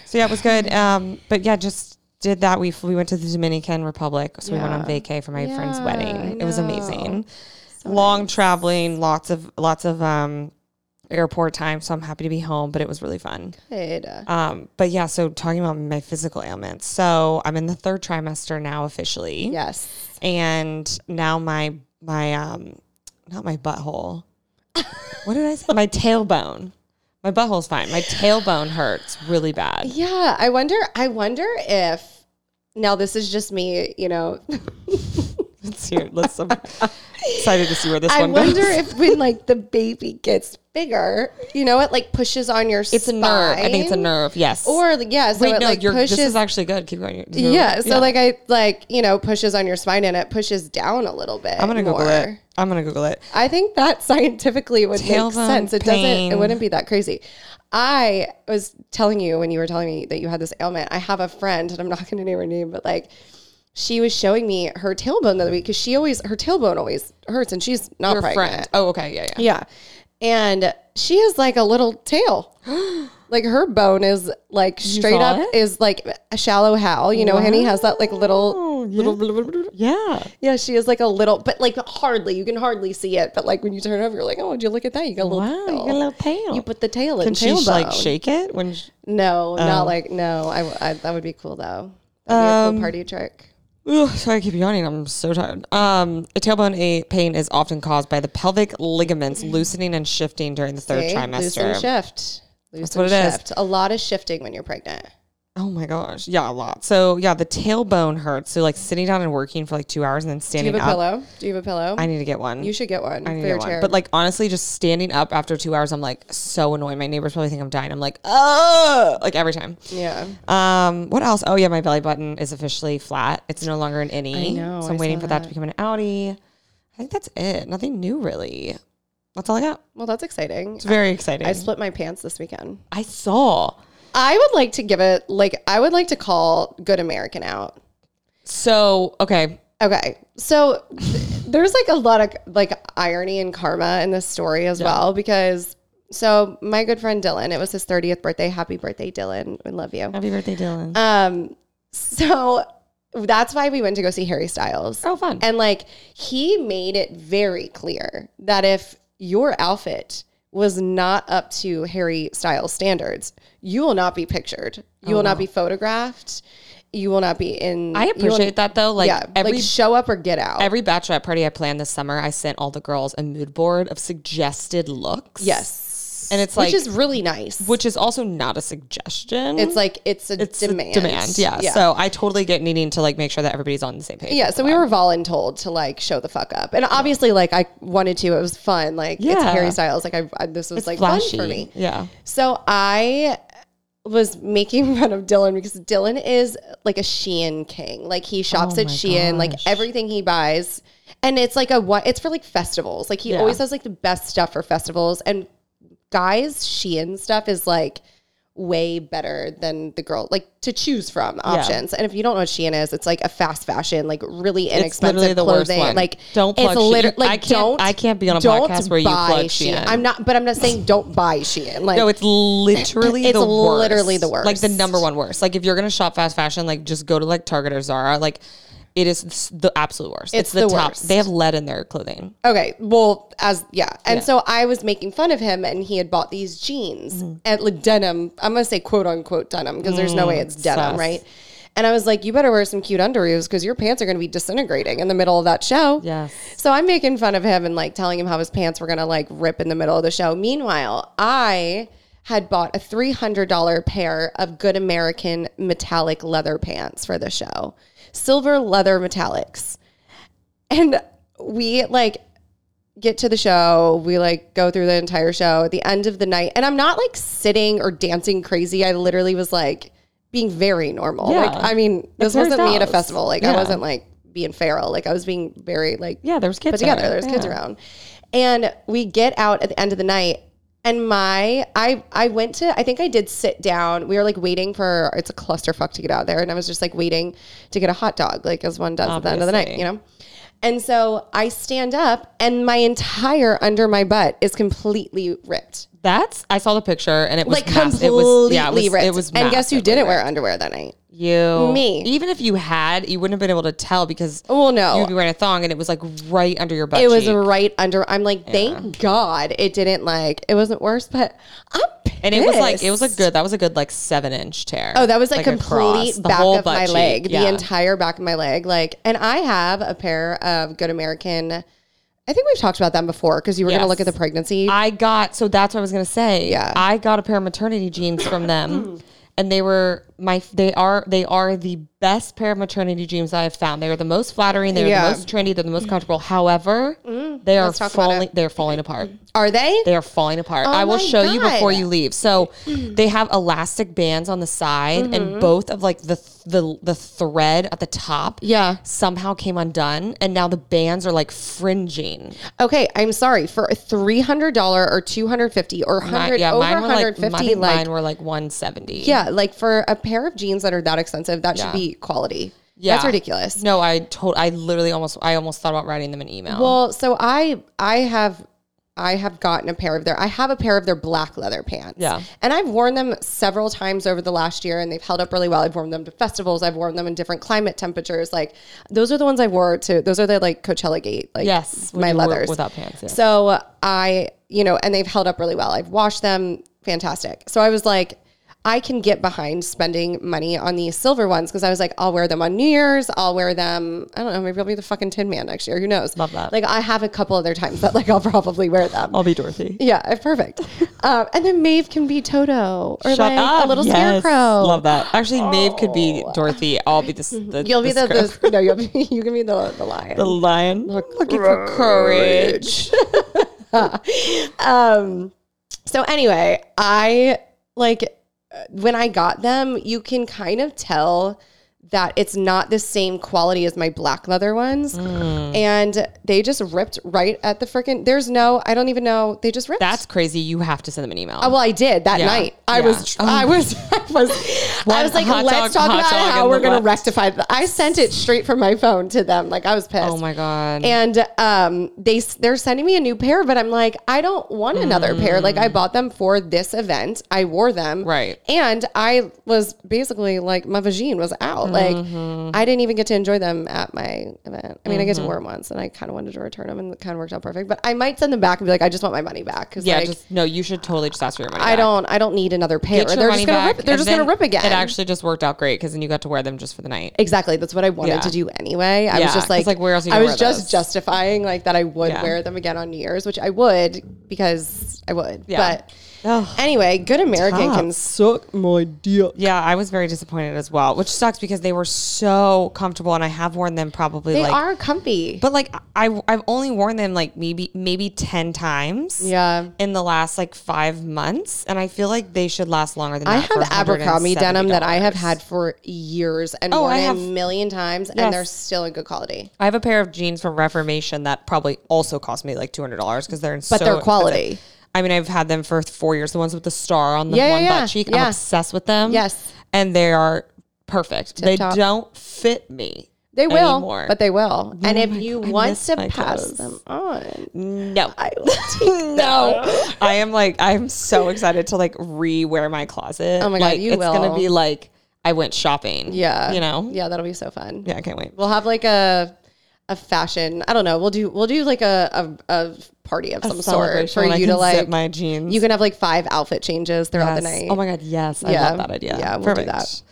Speaker 1: So yeah, it was good. Um, but yeah, just did that. We we went to the Dominican Republic, so we went on vacay for my friend's
Speaker 2: Yeah, I
Speaker 1: wedding. It was
Speaker 2: know.
Speaker 1: amazing. Long traveling, lots of lots of um airport time. So I'm happy to be home, but it was really fun.
Speaker 2: Good.
Speaker 1: Um, but yeah, so talking about my physical ailments. So I'm in the third trimester now officially.
Speaker 2: Yes.
Speaker 1: And now my my um not my butthole. what did I say? My tailbone. My butthole's fine. My tailbone hurts really bad.
Speaker 2: Yeah. I wonder. I wonder if now this is just me. You know.
Speaker 1: Let's hear let's I'm excited to see where this
Speaker 2: I
Speaker 1: one
Speaker 2: wonder
Speaker 1: goes.
Speaker 2: if when like the baby gets bigger, you know, it like pushes on your.
Speaker 1: It's a nerve. I think it's a nerve, yes.
Speaker 2: Or like, yeah, so
Speaker 1: Wait,
Speaker 2: it
Speaker 1: no,
Speaker 2: like
Speaker 1: you're,
Speaker 2: pushes.
Speaker 1: this is actually good. Keep going. You're-
Speaker 2: yeah, so like I like you know pushes on your spine and it pushes down a little bit.
Speaker 1: I'm gonna Google
Speaker 2: more.
Speaker 1: it. I'm gonna Google it.
Speaker 2: I think that scientifically would make
Speaker 1: Tailbone
Speaker 2: sense. It doesn't. It
Speaker 1: pain.
Speaker 2: wouldn't be that crazy. I was telling you when you were telling me that you had this ailment. I have a friend, and I'm not going to name her name, but like, she was showing me her tailbone the other week because she always her tailbone always hurts, and she's not
Speaker 1: Your
Speaker 2: pregnant.
Speaker 1: friend. Oh, okay, yeah, yeah.
Speaker 2: Yeah, and she has like a little tail. like her bone is like straight
Speaker 1: saw
Speaker 2: up
Speaker 1: it?
Speaker 2: is like a shallow howl. You know, Henny has that like little little.
Speaker 1: Yeah.
Speaker 2: Yeah, she is like a little, but like hardly. You can hardly see it, but like when you turn over, you're like, oh, would you look at that? You got a little.
Speaker 1: Wow, you
Speaker 2: tail.
Speaker 1: got a little tail.
Speaker 2: You put the tail in.
Speaker 1: Can she
Speaker 2: tailbone.
Speaker 1: like Oh. shake it when she- Um,
Speaker 2: No, not like no. I, w- I- that would be cool though. That'd be a cool party trick.
Speaker 1: Ugh, sorry, I keep yawning. I'm so tired. Um, a tailbone a- pain is often caused by the pelvic ligaments loosening and shifting during the third
Speaker 2: Mm. See? Loose and
Speaker 1: trimester.
Speaker 2: shift. Loose
Speaker 1: what
Speaker 2: and
Speaker 1: it is.
Speaker 2: shift. A lot of shifting when you're pregnant.
Speaker 1: Oh my gosh, yeah, a lot. So yeah, the tailbone hurts. So like sitting down and working for like two hours and then
Speaker 2: Do you
Speaker 1: standing
Speaker 2: have a
Speaker 1: up.
Speaker 2: pillow? Do you have a pillow?
Speaker 1: I need to get one.
Speaker 2: you should get one
Speaker 1: I
Speaker 2: for
Speaker 1: need to
Speaker 2: your
Speaker 1: get one.
Speaker 2: chair.
Speaker 1: But like honestly, just standing up after two hours, I'm like so annoyed. My neighbors probably think I'm dying. I'm like, oh, like every time.
Speaker 2: yeah.
Speaker 1: Um, what else? Oh yeah, my belly button is officially flat. It's no longer an
Speaker 2: I
Speaker 1: innie.
Speaker 2: know,
Speaker 1: So
Speaker 2: I
Speaker 1: I'm waiting
Speaker 2: saw
Speaker 1: for that to become an outie. I think that's it. Nothing new really. That's all I got.
Speaker 2: Well, that's exciting.
Speaker 1: It's very exciting.
Speaker 2: I
Speaker 1: I,
Speaker 2: split my pants this weekend.
Speaker 1: saw.
Speaker 2: I would like to give it like I would like to call Good American out.
Speaker 1: So okay.
Speaker 2: Okay. So th- there's like a lot of like irony and karma in this story as well because so my good friend Dylan, it was his 30th birthday. Happy birthday, Dylan. We love you.
Speaker 1: Happy birthday, Dylan.
Speaker 2: Um so that's why we went to go see Harry Styles.
Speaker 1: oh fun.
Speaker 2: And like he made it very clear that if your outfit was not up to Harry Styles standards, you will not be pictured. You will not be photographed. You will not be in.
Speaker 1: Oh, I
Speaker 2: you will-
Speaker 1: appreciate that though. Like
Speaker 2: yeah,
Speaker 1: every
Speaker 2: like show up or get out.
Speaker 1: every bachelorette party I planned this summer, I sent all the girls a mood board of suggested looks.
Speaker 2: yes,
Speaker 1: And it's like
Speaker 2: which is really nice.
Speaker 1: which is also not a suggestion.
Speaker 2: it's like it's a
Speaker 1: a
Speaker 2: demand.
Speaker 1: demand. Yeah. So I totally get needing to like make sure that everybody's on the same page.
Speaker 2: Yeah, so we were voluntold to like show the fuck up, and obviously, like I wanted to. It was fun. Like it's
Speaker 1: Yeah.
Speaker 2: Harry Styles. Like I, I this was like
Speaker 1: Flashy.
Speaker 2: fun for me.
Speaker 1: Yeah.
Speaker 2: So I was making fun of Dylan because Dylan is like a Shein king. Like he shops
Speaker 1: Oh
Speaker 2: at
Speaker 1: my
Speaker 2: Shein, like
Speaker 1: gosh.
Speaker 2: everything he buys. And it's like a what it's for like festivals. Like he
Speaker 1: Yeah.
Speaker 2: always has like the best stuff for festivals. And guys, Shein stuff is like way better than the girl like to choose from options. And if you don't know what Shein is, it's like a fast fashion, like really inexpensive
Speaker 1: literally the worst
Speaker 2: clothing.
Speaker 1: one.
Speaker 2: Like
Speaker 1: Don't plug
Speaker 2: it's
Speaker 1: Shein.
Speaker 2: liter-
Speaker 1: I
Speaker 2: like
Speaker 1: can't-
Speaker 2: don't
Speaker 1: I can't be on a
Speaker 2: don't
Speaker 1: podcast where you plug
Speaker 2: buy
Speaker 1: Shein.
Speaker 2: I'm not but I'm not saying don't buy Shein. Like
Speaker 1: No, it's literally
Speaker 2: It's
Speaker 1: the worst.
Speaker 2: literally the
Speaker 1: Like the
Speaker 2: worst.
Speaker 1: number one worst. Like if you're gonna shop fast fashion, like just go to like Target or Zara. Like it is the absolute worst.
Speaker 2: It's
Speaker 1: It's,
Speaker 2: the
Speaker 1: the, top.
Speaker 2: worst.
Speaker 1: They have lead in their clothing.
Speaker 2: Okay, well, as yeah, and so I was making fun of him, and he had bought these jeans at like denim. I'm gonna say quote unquote denim because there's no way it's denim,
Speaker 1: sus.
Speaker 2: right? And I was like, you better wear some cute underoos because your pants are gonna be disintegrating in the middle of that show.
Speaker 1: Yes.
Speaker 2: So I'm making fun of him and like telling him how his pants were gonna like rip in the middle of the show. Meanwhile, I had bought a $300 pair of Good American metallic leather pants for the show, silver leather metallics. And we like get to the show. We like go through the entire show at the end of the night. And I'm not like sitting or dancing crazy. I literally was like being very normal.
Speaker 1: Yeah.
Speaker 2: Like, I mean, this
Speaker 1: Harry
Speaker 2: wasn't me at a
Speaker 1: Styles.
Speaker 2: festival. Like, I
Speaker 1: Yeah.
Speaker 2: wasn't like being feral. Like, I was being very like
Speaker 1: Yeah, there was kids
Speaker 2: put together.
Speaker 1: there.
Speaker 2: There's
Speaker 1: yeah.
Speaker 2: kids around, and we get out at the end of the night. And my, I, I went to, I think I did sit down. We were like waiting for, it's a clusterfuck to get out there, and I was just like waiting to get a hot dog, like as one does at the end of the night, you
Speaker 1: Obviously.
Speaker 2: know. And so I stand up, and my entire under my butt is completely ripped,
Speaker 1: That's I saw the picture and it was
Speaker 2: like
Speaker 1: mass-
Speaker 2: completely
Speaker 1: it was, yeah, it was,
Speaker 2: ripped.
Speaker 1: It was
Speaker 2: and guess who
Speaker 1: massively
Speaker 2: didn't
Speaker 1: ripped.
Speaker 2: wear underwear that night?
Speaker 1: You
Speaker 2: Me.
Speaker 1: Even if you had, you wouldn't have been able to tell because
Speaker 2: Well, no,
Speaker 1: you'd be wearing a thong and it was like right under your butt.
Speaker 2: it was
Speaker 1: cheek.
Speaker 2: right under. I'm like, thank God it didn't like it wasn't worse, but I'm
Speaker 1: and it was like it was a
Speaker 2: pissed.
Speaker 1: good that was a good like seven inch tear.
Speaker 2: Oh, that was like,
Speaker 1: across
Speaker 2: complete
Speaker 1: the
Speaker 2: back
Speaker 1: whole
Speaker 2: of
Speaker 1: butt
Speaker 2: my
Speaker 1: cheek.
Speaker 2: leg, the
Speaker 1: Yeah.
Speaker 2: entire back of my leg. Like, and I have a pair of Good American. I think we've talked about them before because you were going to
Speaker 1: Yes.
Speaker 2: look at the pregnancy.
Speaker 1: I got so that's what I was gonna say.
Speaker 2: Yeah.
Speaker 1: I got a pair of maternity jeans from them, and they were my they are they are the best pair of maternity jeans I have found. They are the most flattering. They are
Speaker 2: Yeah. Mm,
Speaker 1: the most trendy. They're the most comfortable. However, they are
Speaker 2: talk about
Speaker 1: falling. They're falling apart.
Speaker 2: Are they?
Speaker 1: They are falling apart. I will
Speaker 2: my
Speaker 1: show you before
Speaker 2: God.
Speaker 1: you leave. So they have elastic bands on the side,
Speaker 2: Mm-hmm.
Speaker 1: and both of like the the the thread at the top.
Speaker 2: Yeah.
Speaker 1: Somehow came undone, and now the bands are like fringing.
Speaker 2: Okay, I'm sorry for a three hundred dollar or two hundred fifty or
Speaker 1: Mine,
Speaker 2: hundred
Speaker 1: yeah,
Speaker 2: over
Speaker 1: mine were
Speaker 2: hundred fifty.
Speaker 1: like, mine, I
Speaker 2: Like,
Speaker 1: think mine were like 170.
Speaker 2: yeah, like for a pair of jeans that are that expensive, that
Speaker 1: Yeah.
Speaker 2: should be quality.
Speaker 1: Yeah.
Speaker 2: that's ridiculous.
Speaker 1: No, I told I literally almost I almost thought about writing them an email.
Speaker 2: Well, so I I have I have gotten a pair of their I have a pair of their black leather pants.
Speaker 1: Yeah.
Speaker 2: And I've worn them several times over the last year and they've held up really well. I've worn them to festivals, I've worn them in different climate temperatures. Like those are the ones I wore to those are the like Coachella Gate, like
Speaker 1: yes, when
Speaker 2: my
Speaker 1: you work
Speaker 2: leathers.
Speaker 1: without pants. Yeah.
Speaker 2: So I, you know, and they've held up really well. I've washed them fantastic. So I was like, I can get behind spending money on these silver ones because I was like, I'll wear them on New Year's. I'll wear them. I don't know. Maybe I'll be the fucking Tin Man next year. Who knows?
Speaker 1: Love that. Oh.
Speaker 2: Like I have a couple other times that like I'll probably wear them.
Speaker 1: I'll be Dorothy.
Speaker 2: Yeah, perfect. um, and then Maeve can be Toto or
Speaker 1: Shut
Speaker 2: like
Speaker 1: up.
Speaker 2: a little
Speaker 1: Yes.
Speaker 2: scarecrow. Oh. Mm-hmm.
Speaker 1: Love that. Actually, Maeve could be Dorothy. I'll be the, s- the
Speaker 2: You'll be the, the
Speaker 1: scarecrow.
Speaker 2: no. You'll be, you can be the the lion.
Speaker 1: the lion. Looking for courage.
Speaker 2: um so anyway i like uh, when i got them you can kind of tell that it's not the same quality as my black leather ones
Speaker 1: Mm.
Speaker 2: and they just ripped right at the freaking there's no i don't even know they just ripped
Speaker 1: That's crazy. You have to send them an email.
Speaker 2: well, I did that
Speaker 1: Yeah.
Speaker 2: night. I
Speaker 1: Yeah.
Speaker 2: was,
Speaker 1: Oh.
Speaker 2: I was, I was, I
Speaker 1: One
Speaker 2: was like,
Speaker 1: hot
Speaker 2: let's
Speaker 1: dog,
Speaker 2: talk
Speaker 1: hot
Speaker 2: about
Speaker 1: dog,
Speaker 2: how
Speaker 1: and
Speaker 2: we're
Speaker 1: the
Speaker 2: going to
Speaker 1: left."
Speaker 2: rectify that. I sent it straight from my phone to them. Like I was pissed.
Speaker 1: oh my god.
Speaker 2: And um, they they're sending me a new pair, but I'm like, I don't want another pair. Like I bought them for this event. I wore them,
Speaker 1: Right.
Speaker 2: And I was basically like, my vagine was out.
Speaker 1: Mm-hmm.
Speaker 2: Like I didn't even get to enjoy them at my event. I mean, I get to wear them once, and I kind of wanted to return them, and it kind of worked out perfect. But I might send them back and be like, I just want my money back because
Speaker 1: yeah,
Speaker 2: like,
Speaker 1: just no. You should totally just ask for your money.
Speaker 2: I
Speaker 1: back.
Speaker 2: don't I don't need another pair.
Speaker 1: Get your
Speaker 2: They're just
Speaker 1: money
Speaker 2: gonna
Speaker 1: back,
Speaker 2: rip. They're
Speaker 1: and
Speaker 2: just gonna
Speaker 1: then
Speaker 2: rip again.
Speaker 1: It actually just worked out great because then you got to wear them just for the night.
Speaker 2: Exactly. That's what I wanted
Speaker 1: Yeah.
Speaker 2: to do anyway. I
Speaker 1: Yeah,
Speaker 2: was
Speaker 1: 'cause,
Speaker 2: just like,
Speaker 1: like, where else are you
Speaker 2: I
Speaker 1: gonna
Speaker 2: was
Speaker 1: wear
Speaker 2: just
Speaker 1: those?
Speaker 2: justifying like that I would
Speaker 1: Yeah.
Speaker 2: wear them again on New Year's, which I would because I would. But
Speaker 1: Ugh.
Speaker 2: anyway, good American
Speaker 1: Tough.
Speaker 2: can
Speaker 1: suck my dick. Yeah, I was very disappointed as well, which sucks because they were so comfortable, and I have worn them probably
Speaker 2: they
Speaker 1: like,
Speaker 2: are comfy.
Speaker 1: but like I I've only worn them like maybe maybe ten times.
Speaker 2: yeah.
Speaker 1: In the last like five months, and I feel like they should last longer than
Speaker 2: I
Speaker 1: that for
Speaker 2: have Abercrombie
Speaker 1: $170.
Speaker 2: denim that I have had for years and
Speaker 1: Oh,
Speaker 2: worn
Speaker 1: I
Speaker 2: it
Speaker 1: have-
Speaker 2: a million times,
Speaker 1: Yes.
Speaker 2: and they're still in good quality.
Speaker 1: I have a pair of jeans from Reformation that probably also cost me like two hundred dollars because they're in
Speaker 2: But
Speaker 1: so
Speaker 2: they're
Speaker 1: expensive.
Speaker 2: quality.
Speaker 1: I mean, I've had them for four years. The ones with the star on the
Speaker 2: Yeah, yeah,
Speaker 1: one
Speaker 2: yeah,
Speaker 1: butt cheek, I'm
Speaker 2: yeah.
Speaker 1: obsessed with them.
Speaker 2: Yes.
Speaker 1: and they are perfect. they
Speaker 2: top.
Speaker 1: don't fit me.
Speaker 2: They will,
Speaker 1: anymore.
Speaker 2: but they will. and if you
Speaker 1: God, I
Speaker 2: want
Speaker 1: miss
Speaker 2: to
Speaker 1: Oh my
Speaker 2: pass
Speaker 1: clothes.
Speaker 2: them on,
Speaker 1: No,
Speaker 2: I will take
Speaker 1: no. I am like, I'm so excited to like re-wear my closet.
Speaker 2: Oh my God,
Speaker 1: Like,
Speaker 2: you
Speaker 1: it's gonna
Speaker 2: will.
Speaker 1: be like I went shopping.
Speaker 2: Yeah.
Speaker 1: you know.
Speaker 2: Yeah, that'll be so fun.
Speaker 1: Yeah, I can't wait.
Speaker 2: We'll have like a a fashion. I don't know. We'll do we'll do like a a, a party of some sort
Speaker 1: Celebration
Speaker 2: for
Speaker 1: when I
Speaker 2: you
Speaker 1: can
Speaker 2: to
Speaker 1: zip
Speaker 2: like.
Speaker 1: my jeans.
Speaker 2: you can have like five outfit changes throughout the
Speaker 1: Yes.
Speaker 2: night.
Speaker 1: Oh my god, yes, I
Speaker 2: Yeah.
Speaker 1: love that idea.
Speaker 2: Yeah, we'll do
Speaker 1: that.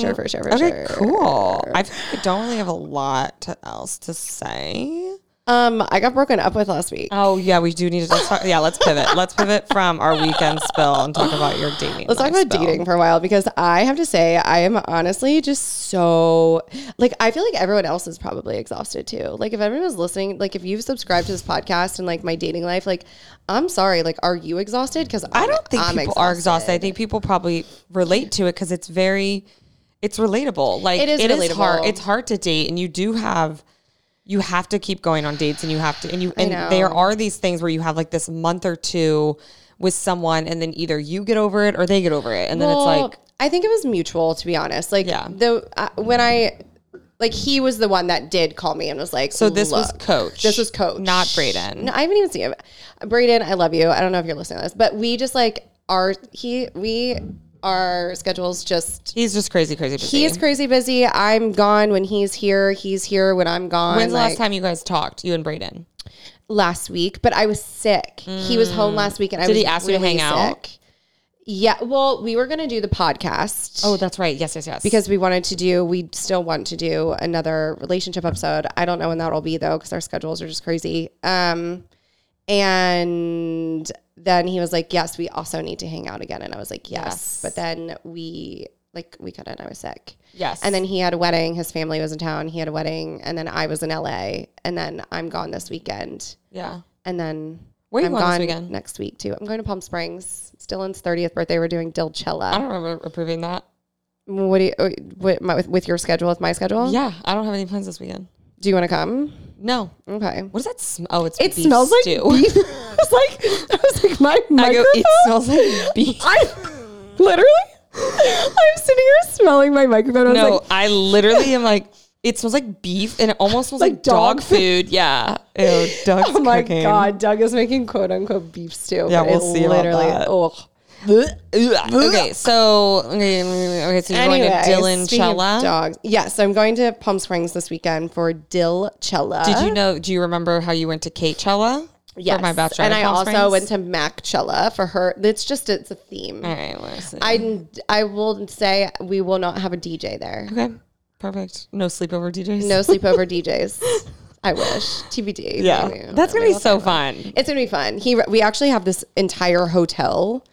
Speaker 2: sure, for sure, for
Speaker 1: okay,
Speaker 2: sure.
Speaker 1: cool. I think I don't really have a lot to- else to say.
Speaker 2: Um, I got broken up with last week.
Speaker 1: Oh yeah, we do need to just talk. Yeah, let's pivot. Let's pivot from our weekend spill and talk about your dating.
Speaker 2: Let's talk about
Speaker 1: lifestyle.
Speaker 2: dating for a while because I have to say I am honestly just so like I feel like everyone else is probably exhausted too. Like if everyone's listening, like if you've subscribed to this podcast and like my dating life, like I'm sorry, like are you exhausted? Because
Speaker 1: I don't think people are exhausted. I think people probably relate to it because it's very, it's relatable. Like
Speaker 2: It is
Speaker 1: it is hard.
Speaker 2: relatable.
Speaker 1: It's hard to date, and you do have, you have to keep going on dates, and you have to, and you, and there
Speaker 2: know.
Speaker 1: are these things where you have like this month or two with someone, and then either you get over it or they get over it, and then
Speaker 2: Well,
Speaker 1: it's like,
Speaker 2: I think it was mutual, to be honest. Like,
Speaker 1: Yeah.
Speaker 2: the uh, when I like he was the one that did call me and was like,
Speaker 1: so this was
Speaker 2: "Look."
Speaker 1: coach.
Speaker 2: This was coach,
Speaker 1: not Brayden.
Speaker 2: No, I haven't even seen him. Braden, I love you. I don't know if you're listening to this, but we just like our he we our schedules just.
Speaker 1: He's just crazy, crazy. Busy.
Speaker 2: He's crazy busy. I'm gone when he's here. He's here when I'm gone.
Speaker 1: When's the
Speaker 2: Like,
Speaker 1: last time you guys talked? You and Brayden.
Speaker 2: last week, but I was sick. He was home last week, and I
Speaker 1: Mm. Did
Speaker 2: was
Speaker 1: he ask you to
Speaker 2: really
Speaker 1: hang out?
Speaker 2: sick. Yeah. Well, we were gonna do the podcast.
Speaker 1: Oh, that's right. Yes, yes, yes.
Speaker 2: because we wanted to do we still want to do another relationship episode i don't know when that'll be though because our schedules are just crazy um and then he was like yes we also need to hang out again and i was like yes,
Speaker 1: Yes.
Speaker 2: but then we like we couldn't i was sick
Speaker 1: yes,
Speaker 2: and then he had a wedding his family was in town he had a wedding and then i was in la and then i'm gone this weekend
Speaker 1: yeah.
Speaker 2: and then
Speaker 1: Where are you
Speaker 2: I'm
Speaker 1: going this
Speaker 2: gone
Speaker 1: weekend?
Speaker 2: next week too. I'm going to Palm Springs. Dylan's 30th birthday. We're doing
Speaker 1: I
Speaker 2: Dilchella.
Speaker 1: don't remember approving that.
Speaker 2: What do you, what, my, with, with your schedule, with my schedule?
Speaker 1: Yeah, I don't have any plans this weekend.
Speaker 2: Do you want to come?
Speaker 1: No.
Speaker 2: Okay.
Speaker 1: What does that smell? Oh, it's
Speaker 2: It
Speaker 1: beef
Speaker 2: smells like
Speaker 1: stew.
Speaker 2: beef. I was like, I was like, my
Speaker 1: I go,
Speaker 2: microphone.
Speaker 1: it smells like beef.
Speaker 2: I literally, I'm sitting here smelling my microphone. I was
Speaker 1: no,
Speaker 2: like,
Speaker 1: I literally am like, it smells like beef, and it almost smells like,
Speaker 2: Like
Speaker 1: dog,
Speaker 2: dog
Speaker 1: food. Yeah. Ew, dog's
Speaker 2: oh my
Speaker 1: cooking.
Speaker 2: god, Doug is making quote unquote beef stew.
Speaker 1: Yeah,
Speaker 2: but
Speaker 1: we'll
Speaker 2: it
Speaker 1: see about that.
Speaker 2: Oh.
Speaker 1: Okay, so okay, okay, so you're
Speaker 2: Anyway,
Speaker 1: going to
Speaker 2: speaking
Speaker 1: Dylan
Speaker 2: of
Speaker 1: Chella.
Speaker 2: dogs. Yes, I'm going to Palm Springs this weekend for Dill Chella.
Speaker 1: Did you know? Do you remember how you went to Kate Chella?
Speaker 2: Yes.
Speaker 1: my bachelor
Speaker 2: and I
Speaker 1: conference?
Speaker 2: also went to Macchella for her. It's just it's a theme.
Speaker 1: All right, listen.
Speaker 2: I I will say we will not have a DJ there.
Speaker 1: okay, perfect. No sleepover DJs.
Speaker 2: No sleepover DJs. I wish. TBD.
Speaker 1: Yeah,
Speaker 2: Maybe.
Speaker 1: that's gonna be so fun.
Speaker 2: It's gonna be fun. He we actually have this entire hotel.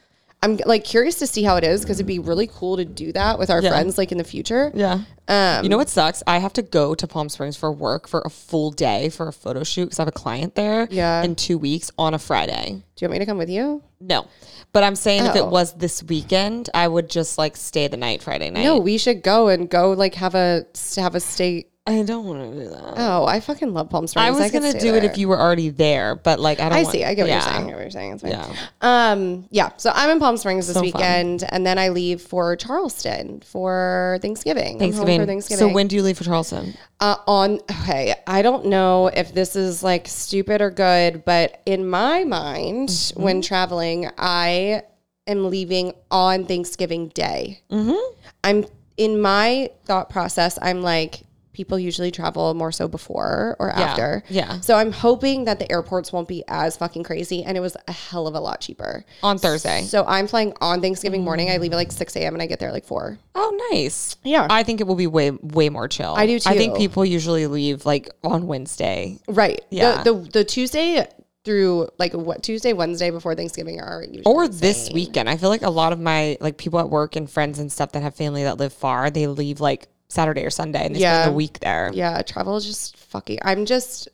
Speaker 2: I'm like curious to see how it is because it'd be really cool to do that with our
Speaker 1: Yeah.
Speaker 2: friends like in the future.
Speaker 1: Yeah.
Speaker 2: Um,
Speaker 1: you know what sucks? I have to go to Palm Springs for work for a full day for a photo shoot because I have a client there.
Speaker 2: Yeah.
Speaker 1: In two weeks on a Friday.
Speaker 2: Do you want me to come with you?
Speaker 1: No, but I'm saying if
Speaker 2: Oh.
Speaker 1: it was this weekend, I would just like stay the night Friday night.
Speaker 2: No, we should go and go like have a have a state.
Speaker 1: I don't want to do that.
Speaker 2: Oh, I fucking love Palm Springs.
Speaker 1: I was
Speaker 2: could
Speaker 1: gonna
Speaker 2: stay
Speaker 1: do it
Speaker 2: there.
Speaker 1: if you were already there, but like I don't.
Speaker 2: I
Speaker 1: want-
Speaker 2: see. I get what
Speaker 1: Yeah.
Speaker 2: you're saying. I get what you're saying. It's fine.
Speaker 1: Yeah.
Speaker 2: Um, yeah. So I'm in Palm Springs this
Speaker 1: So fun.
Speaker 2: weekend, and then I leave for Charleston for Thanksgiving. I'm home
Speaker 1: Thanksgiving.
Speaker 2: for Thanksgiving.
Speaker 1: So when do you leave for Charleston?
Speaker 2: uh, on okay, I don't know if this is like stupid or good, but in my mind,
Speaker 1: Mm-hmm.
Speaker 2: when traveling, I am leaving on Thanksgiving Day.
Speaker 1: Mm-hmm.
Speaker 2: I'm in my thought process. I'm like. People usually travel more so before or after.
Speaker 1: yeah.
Speaker 2: So I'm hoping that the airports won't be as fucking crazy. And it was a hell of a lot cheaper.
Speaker 1: On Thursday.
Speaker 2: So I'm flying on
Speaker 1: Mm.
Speaker 2: Thanksgiving morning. I leave at like 6 a.m. and I get there at like 4.
Speaker 1: Oh, nice.
Speaker 2: Yeah.
Speaker 1: I think it will be way way more chill.
Speaker 2: I do
Speaker 1: I think
Speaker 2: too.
Speaker 1: people usually leave like on Wednesday.
Speaker 2: Right.
Speaker 1: Yeah.
Speaker 2: The, the, the Tuesday through like what Tuesday, Wednesday before Thanksgiving are usually.
Speaker 1: or this weekend. I feel like a lot of my like people at work and friends and stuff that have family that live far, they leave like Saturday or Sunday and they
Speaker 2: Yeah.
Speaker 1: spend the week there.
Speaker 2: yeah, travel is just fucking. I'm just.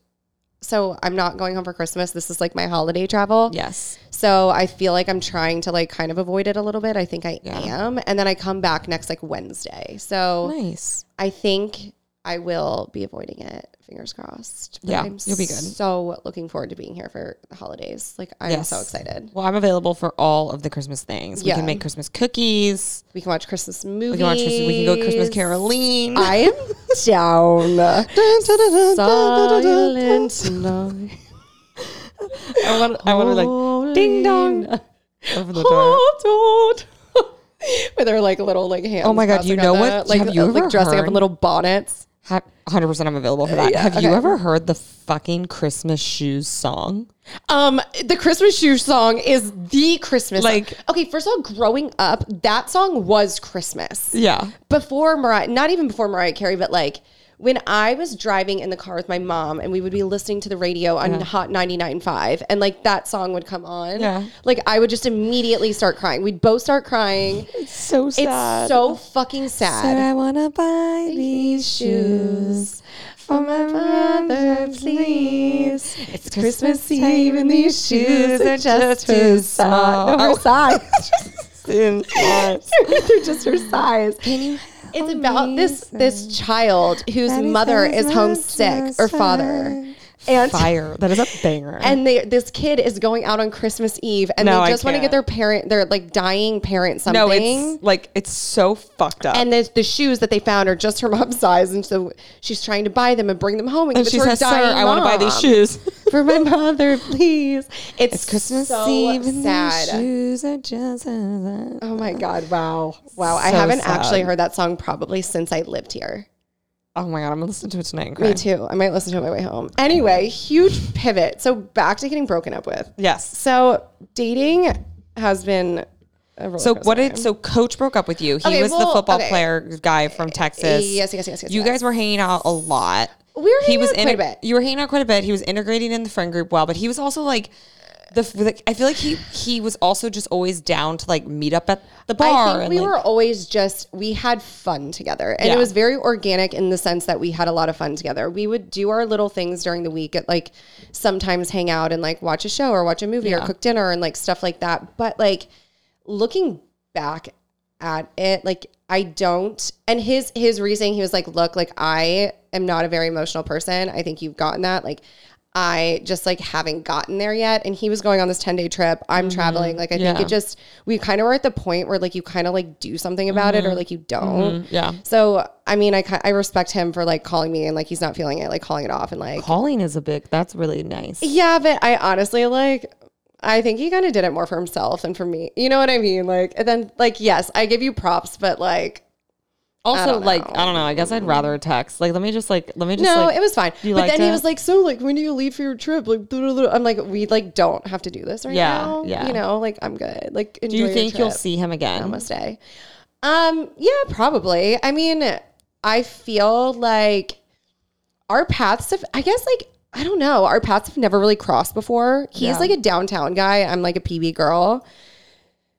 Speaker 2: So I'm not going home for Christmas. This is like my holiday travel.
Speaker 1: Yes.
Speaker 2: So I feel like I'm trying to like kind of avoid it a little bit. I think I
Speaker 1: Yeah.
Speaker 2: am. And then I come back next like Wednesday. So
Speaker 1: Nice.
Speaker 2: I think I will be avoiding it. Fingers crossed.
Speaker 1: Yeah, you'll be good.
Speaker 2: So looking forward to being here for the holidays. Like I'm
Speaker 1: Yes.
Speaker 2: so excited.
Speaker 1: Well, I'm available for all of the Christmas things. We
Speaker 2: Yeah.
Speaker 1: can make Christmas cookies.
Speaker 2: We can watch Christmas movies.
Speaker 1: We can watch Christmas. We can go Christmas Caroline.
Speaker 2: I am down. Silent night.
Speaker 1: I want. I want to like ding dong. Over the door.
Speaker 2: Hold on. With her like little like hands.
Speaker 1: Oh my God, you
Speaker 2: crossing on
Speaker 1: know what?
Speaker 2: that, Like,
Speaker 1: Have you
Speaker 2: uh, like
Speaker 1: ever
Speaker 2: dressing up
Speaker 1: heard-
Speaker 2: in little bonnets.
Speaker 1: Ha- 100% I'm available for that.
Speaker 2: Yeah,
Speaker 1: Have you
Speaker 2: okay.
Speaker 1: ever heard the fucking Christmas shoes song?
Speaker 2: Um, the Christmas shoe song is the Christmas. song.
Speaker 1: Like-
Speaker 2: okay, first of all, growing up, that song was Christmas.
Speaker 1: Yeah.
Speaker 2: before Mariah, not even before Mariah Carey, but like when I was driving in the car with my mom and we would be listening to the radio on Hot 99.5 and like that song would come on.
Speaker 1: Yeah.
Speaker 2: Like I would just immediately start crying. We'd both start crying.
Speaker 1: So
Speaker 2: It's so fucking sad.
Speaker 1: I wanna buy these shoes for my mother, please. It's Christmas Eve and these shoes are just too small.
Speaker 2: size.
Speaker 1: It's
Speaker 2: They're just her size. It's about this this child whose mother is homesick or father. And
Speaker 1: Fire. That is a banger.
Speaker 2: and they, this kid is going out on Christmas Eve, and
Speaker 1: No, I
Speaker 2: they just want to get
Speaker 1: can't.
Speaker 2: their parent, their like dying parent something.
Speaker 1: no, it's like it's so fucked up.
Speaker 2: and the, the shoes that they found are just her mom's size, and so she's trying to buy them and bring them home and,
Speaker 1: And
Speaker 2: give
Speaker 1: she
Speaker 2: it to her
Speaker 1: says, "Sir,
Speaker 2: dying
Speaker 1: I want to buy these
Speaker 2: mom."
Speaker 1: shoes."
Speaker 2: for my mother, please." It's, Christmas
Speaker 1: Christmas
Speaker 2: so
Speaker 1: Eve and these
Speaker 2: sad.
Speaker 1: shoes are just. Oh
Speaker 2: Oh my god! Wow, wow! I
Speaker 1: So
Speaker 2: haven't
Speaker 1: sad.
Speaker 2: actually heard that song probably since I lived here.
Speaker 1: Oh my god, I'm gonna listen to it tonight. And cry.
Speaker 2: Me too. I might listen to it on my way home. Anyway, huge pivot. So back to getting broken up with.
Speaker 1: Yes.
Speaker 2: So dating has been. A roller
Speaker 1: So what
Speaker 2: coaster.
Speaker 1: did so coach broke up with you? He
Speaker 2: Okay,
Speaker 1: was the
Speaker 2: well,
Speaker 1: football
Speaker 2: okay.
Speaker 1: player guy from Texas.
Speaker 2: Yes, yes, yes, yes,
Speaker 1: You
Speaker 2: yes.
Speaker 1: guys were hanging out a lot.
Speaker 2: We were
Speaker 1: he
Speaker 2: hanging
Speaker 1: was
Speaker 2: out
Speaker 1: in
Speaker 2: quite a bit.
Speaker 1: You were hanging out quite a bit. He was integrating in the friend group well, but he was also like the like, I feel like he he was also just always down to like meet up at the bar.
Speaker 2: I think
Speaker 1: and,
Speaker 2: we
Speaker 1: like-
Speaker 2: were always just we had fun together, and
Speaker 1: Yeah.
Speaker 2: it was very organic in the sense that we had a lot of fun together. We would do our little things during the week, at like sometimes hang out and like watch a show or watch a movie or cook dinner and like stuff like that. But like looking back at it, like I don't. And his his reasoning, he was like, "Look, like I am not a very emotional person. I think you've gotten that. Like." I just like haven't gotten there yet. And he was going on this 10 day trip. I'm traveling. Like, I think
Speaker 1: Mm-hmm. Yeah.
Speaker 2: it just just we kind of were at the point where like you kind of like do something about it
Speaker 1: Mm-hmm.
Speaker 2: or like you don't.
Speaker 1: mm, yeah.
Speaker 2: So I mean, I ki- I respect him for like calling me and like he's not feeling it, like calling it off and like
Speaker 1: Calling is a big. That's really nice.
Speaker 2: yeah, but I honestly like I think he kind of did it more for himself than for me. You know what I mean? Like and then like yes, I give you props, but like I
Speaker 1: Also,
Speaker 2: don't
Speaker 1: like,
Speaker 2: know.
Speaker 1: I don't know. I guess I'd rather text. Like, let me just like, let me just
Speaker 2: No,
Speaker 1: like,
Speaker 2: it was fine. But
Speaker 1: you liked
Speaker 2: then he
Speaker 1: it?
Speaker 2: was like, "So, like, when do you leave for your trip?" Like, blah, blah, blah. I'm like, "We like don't have to do this right
Speaker 1: Yeah,
Speaker 2: now."
Speaker 1: yeah.
Speaker 2: You know, like I'm good. Like, enjoy
Speaker 1: do you
Speaker 2: your
Speaker 1: think you'll
Speaker 2: trip.
Speaker 1: see him again?
Speaker 2: Namaste. Um, yeah, probably. I mean, I feel like our paths have, I guess, like, I don't know, our paths have never really crossed before. He's
Speaker 1: Yeah.
Speaker 2: like a downtown guy. I'm like a PB girl.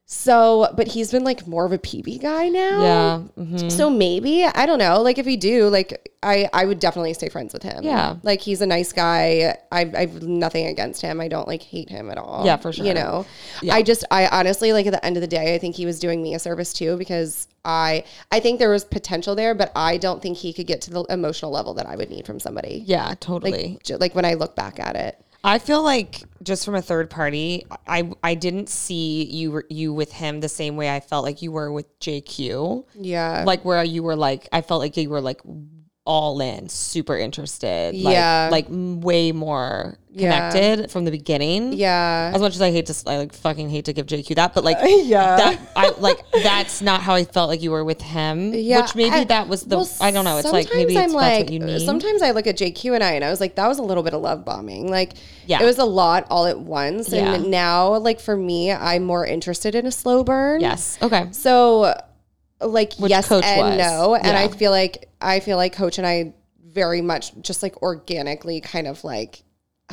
Speaker 2: So, but he's been like more of a PB guy now.
Speaker 1: Yeah. mhm.
Speaker 2: So maybe I don't know. Like if you do, like I, I would definitely stay friends with him.
Speaker 1: Yeah.
Speaker 2: like he's a nice guy. I've, I've nothing against him. I don't like hate him at all.
Speaker 1: Yeah, for sure.
Speaker 2: You know, I just, I honestly, like at the end of the day, I think he was doing me a service too because I, I think there was potential there, but I don't think he could get to the emotional level that I would need from somebody.
Speaker 1: Yeah, totally.
Speaker 2: Ju- like when I look back at it.
Speaker 1: I feel like just from a third party, I I didn't see you were- you with him the same way I felt like you were with JQ.
Speaker 2: Yeah.
Speaker 1: Like where you were like I felt like you were like all in, super interested. Like,
Speaker 2: Yeah.
Speaker 1: Like m- way more
Speaker 2: Yeah.
Speaker 1: connected from the beginning.
Speaker 2: yeah.
Speaker 1: As much as I hate to, s- I like fucking hate to give JQ that, but like,
Speaker 2: Yeah.
Speaker 1: that I like that's not how I felt like you were with him.
Speaker 2: Yeah,
Speaker 1: which maybe
Speaker 2: I-
Speaker 1: that was the
Speaker 2: well,
Speaker 1: I don't know. It's like
Speaker 2: sometimes
Speaker 1: maybe it's, that's
Speaker 2: like,
Speaker 1: what you need.
Speaker 2: Sometimes I look at JQ and I and I was like, that was a little bit of love bombing. Like,
Speaker 1: Yeah.
Speaker 2: it was a lot all at once. And
Speaker 1: Yeah.
Speaker 2: now, like for me, I'm more interested in a slow burn.
Speaker 1: yes. Okay.
Speaker 2: So, like
Speaker 1: Which
Speaker 2: yes
Speaker 1: Coach
Speaker 2: and
Speaker 1: was.
Speaker 2: no, and I
Speaker 1: Yeah.
Speaker 2: feel like I feel like Coach and I very much just like organically kind of like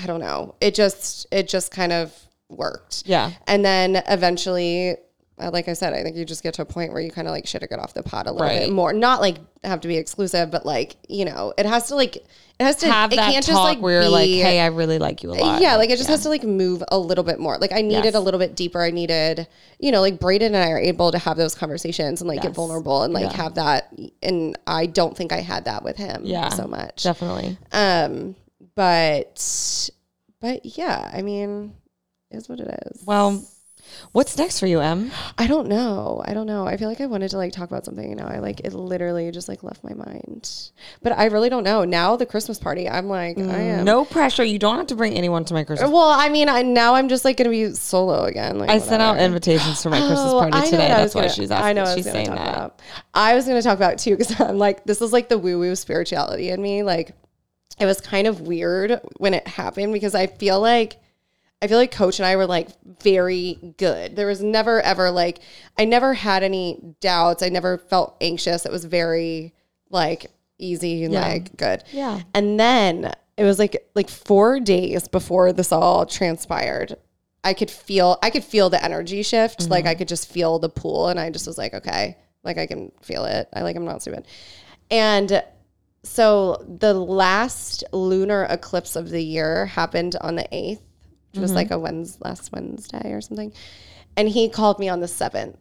Speaker 2: I don't know. It just it just kind of worked.
Speaker 1: Yeah.
Speaker 2: And then eventually, uh, like I said, I think you just get to a point where you kind of like shit or get off the pot a little
Speaker 1: Right.
Speaker 2: bit more. Not like have to be exclusive, but like you know, it has to like it has to
Speaker 1: have
Speaker 2: it
Speaker 1: that
Speaker 2: can't
Speaker 1: talk where you're like,
Speaker 2: be-
Speaker 1: hey, I really like you a lot.
Speaker 2: yeah, like it just has to like move a little bit more. Like I needed
Speaker 1: Yes.
Speaker 2: a little bit deeper. I needed, you know, like Braden and I are able to have those conversations and like get
Speaker 1: Yes.
Speaker 2: vulnerable and like have that. And I don't think I had that with him
Speaker 1: Yeah.
Speaker 2: so much.
Speaker 1: definitely.
Speaker 2: Um, but, but yeah, I mean, is what it is.
Speaker 1: Well, what's next for you, Em?
Speaker 2: I don't know. I don't know. I feel like I wanted to like talk about something and now I like it literally just like left my mind. But I really don't know. Now the Christmas party, I'm like, I am
Speaker 1: Mm, No pressure. You don't have to bring anyone to my Christmas.
Speaker 2: Well, I mean, I, now I'm just like going to be solo again. Like,
Speaker 1: I sent out
Speaker 2: whatever.
Speaker 1: invitations for my Christmas
Speaker 2: Oh, I know
Speaker 1: party today.
Speaker 2: what I
Speaker 1: That's
Speaker 2: was
Speaker 1: why
Speaker 2: gonna-
Speaker 1: she's asking.
Speaker 2: I know. what I was
Speaker 1: she's
Speaker 2: gonna
Speaker 1: saying
Speaker 2: talk
Speaker 1: that.
Speaker 2: About. I was going to talk about it too because I'm like, this is like the woo woo spirituality in me. Like, it was kind of weird when it happened because I feel like. I feel like Coach and I were like very good. There was never ever like I never had any doubts. I never felt anxious. It was very like easy and
Speaker 1: Yeah.
Speaker 2: like good.
Speaker 1: Yeah.
Speaker 2: And then it was like like four days before this all transpired. I could feel I could feel the energy shift. Like I could just feel the pool and I just was like, okay, like I can feel it. I like I'm not stupid. And so the last lunar eclipse of the year happened on the 8th, which was like a Wednesday, last Wednesday or something. And he called me on the 7th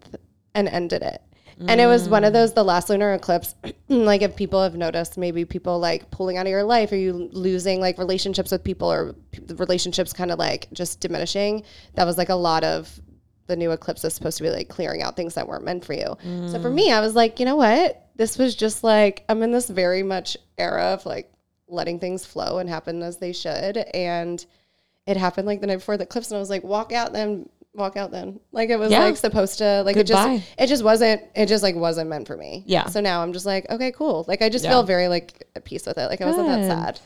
Speaker 2: and ended it. And it was one of those, the last lunar eclipse, like if people have noticed, maybe people like pulling out of your life, or you losing like relationships with people or p- the relationships kind of like just diminishing. That was like a lot of the new eclipse is supposed to be like clearing out things that weren't meant for you. So for me, I was like, you know what? This was just like I'm in this very much era of like letting things flow and happen as they should. And it happened like the night before the eclipse, and I was like, walk out then, walk out then. Like it was
Speaker 1: Yeah.
Speaker 2: like supposed to like it
Speaker 1: Goodbye.
Speaker 2: just it just wasn't it just like wasn't meant for me.
Speaker 1: Yeah.
Speaker 2: So now I'm just like, okay, cool. Like I just
Speaker 1: Yeah.
Speaker 2: feel very like at peace with it. Like I wasn't that
Speaker 1: Good.
Speaker 2: sad.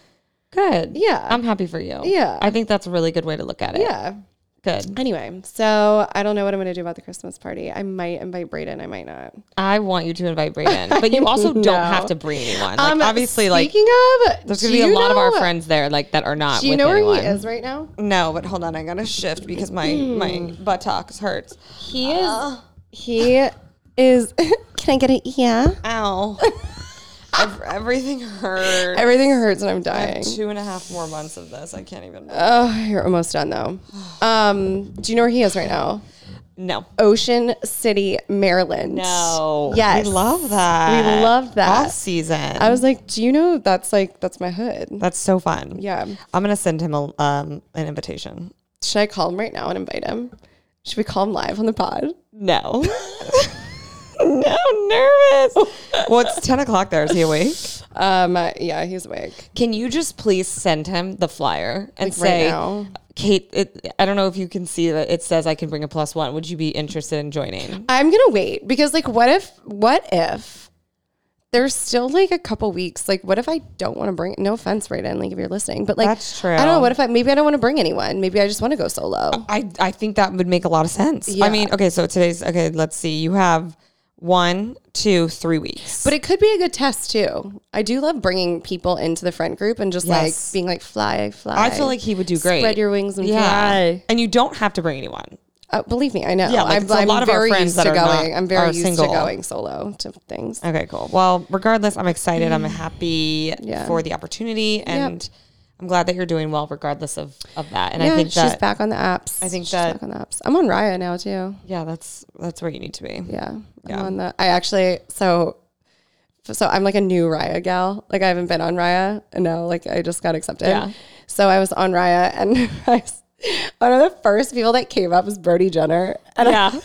Speaker 1: Good.
Speaker 2: Yeah.
Speaker 1: I'm happy for you.
Speaker 2: Yeah.
Speaker 1: I think that's a really good way to look at it.
Speaker 2: yeah.
Speaker 1: Good.
Speaker 2: Anyway, so I don't know what I'm gonna do about the Christmas party. I might invite Brayden, I might not.
Speaker 1: I want you to invite Brayden, but you also don't
Speaker 2: No.
Speaker 1: have to bring anyone. Like, obviously, like
Speaker 2: Um, speaking of,
Speaker 1: there's
Speaker 2: do
Speaker 1: gonna be a
Speaker 2: you
Speaker 1: lot of our
Speaker 2: know-
Speaker 1: friends there, like that are not.
Speaker 2: Do you
Speaker 1: with
Speaker 2: know where
Speaker 1: anyone.
Speaker 2: he is right now?
Speaker 1: No, but hold on, I gotta shift because my my buttocks hurts.
Speaker 2: He is. he is. Can I get E it? Yeah.
Speaker 1: Ow. Ev- everything hurt.
Speaker 2: Everything hurts and I'm dying.
Speaker 1: Two and a half more months of this. I can't even.
Speaker 2: Oh, you're almost done though. Um, do you know where he is right now?
Speaker 1: No.
Speaker 2: Ocean City, Maryland. Yes.
Speaker 1: We love that.
Speaker 2: We love that.
Speaker 1: Off season.
Speaker 2: I was like, do you know that's like that's my hood?
Speaker 1: That's so fun.
Speaker 2: Yeah.
Speaker 1: I'm gonna send him a, um, an invitation.
Speaker 2: Should I call him right now and invite him? Should we call him live on the pod?
Speaker 1: No. no, nervous. well, it's ten o'clock there. Is he awake?
Speaker 2: Um, yeah, he's awake.
Speaker 1: Can you just please send him the flyer and
Speaker 2: right
Speaker 1: say,
Speaker 2: now?
Speaker 1: Kate, it, I don't know if you can see that it says I can bring a plus one. Would you be interested in joining?
Speaker 2: I'm gonna wait because like, what if? What if? there's still like a couple weeks. Like, what if I don't want to bring? No offense, Brayden, like if you're listening, but like
Speaker 1: That's true.
Speaker 2: I don't know. What if I maybe I don't want to bring anyone? Maybe I just want to go solo.
Speaker 1: I, I think that would make a lot of sense.
Speaker 2: Yeah.
Speaker 1: I mean, okay, so today's okay, let's see. You have one, two, three weeks.
Speaker 2: But it could be a good test too. I do love bringing people into the friend group and just
Speaker 1: Yes.
Speaker 2: like being like fly, fly.
Speaker 1: I feel like he would do great.
Speaker 2: spread your wings and fly.
Speaker 1: And you don't have to bring anyone.
Speaker 2: Uh, believe me, I know.
Speaker 1: Yeah, like,
Speaker 2: I'm,
Speaker 1: it's a
Speaker 2: I'm
Speaker 1: lot of our
Speaker 2: very
Speaker 1: friends
Speaker 2: used
Speaker 1: that
Speaker 2: to
Speaker 1: are
Speaker 2: going.
Speaker 1: not-
Speaker 2: I'm
Speaker 1: are
Speaker 2: very used
Speaker 1: single.
Speaker 2: to going solo to things.
Speaker 1: Okay, cool. Well, regardless, I'm excited. I'm happy
Speaker 2: Mm. Yeah.
Speaker 1: for the opportunity and I'm glad that you're doing well regardless of, of that. And
Speaker 2: yeah,
Speaker 1: I think
Speaker 2: she's
Speaker 1: that
Speaker 2: back on the apps. I
Speaker 1: think
Speaker 2: she's
Speaker 1: that-
Speaker 2: back on the apps. I'm on Raya now too.
Speaker 1: yeah, that's that's where you need to be.
Speaker 2: Yeah, I'm
Speaker 1: Yeah.
Speaker 2: on the. I actually so. So I'm like a new Raya gal. Like I haven't been on Raya, and now like I just got accepted.
Speaker 1: Yeah.
Speaker 2: So I was on Raya, and I was, one of the first people that came up was Brody Jenner, and
Speaker 1: Yeah.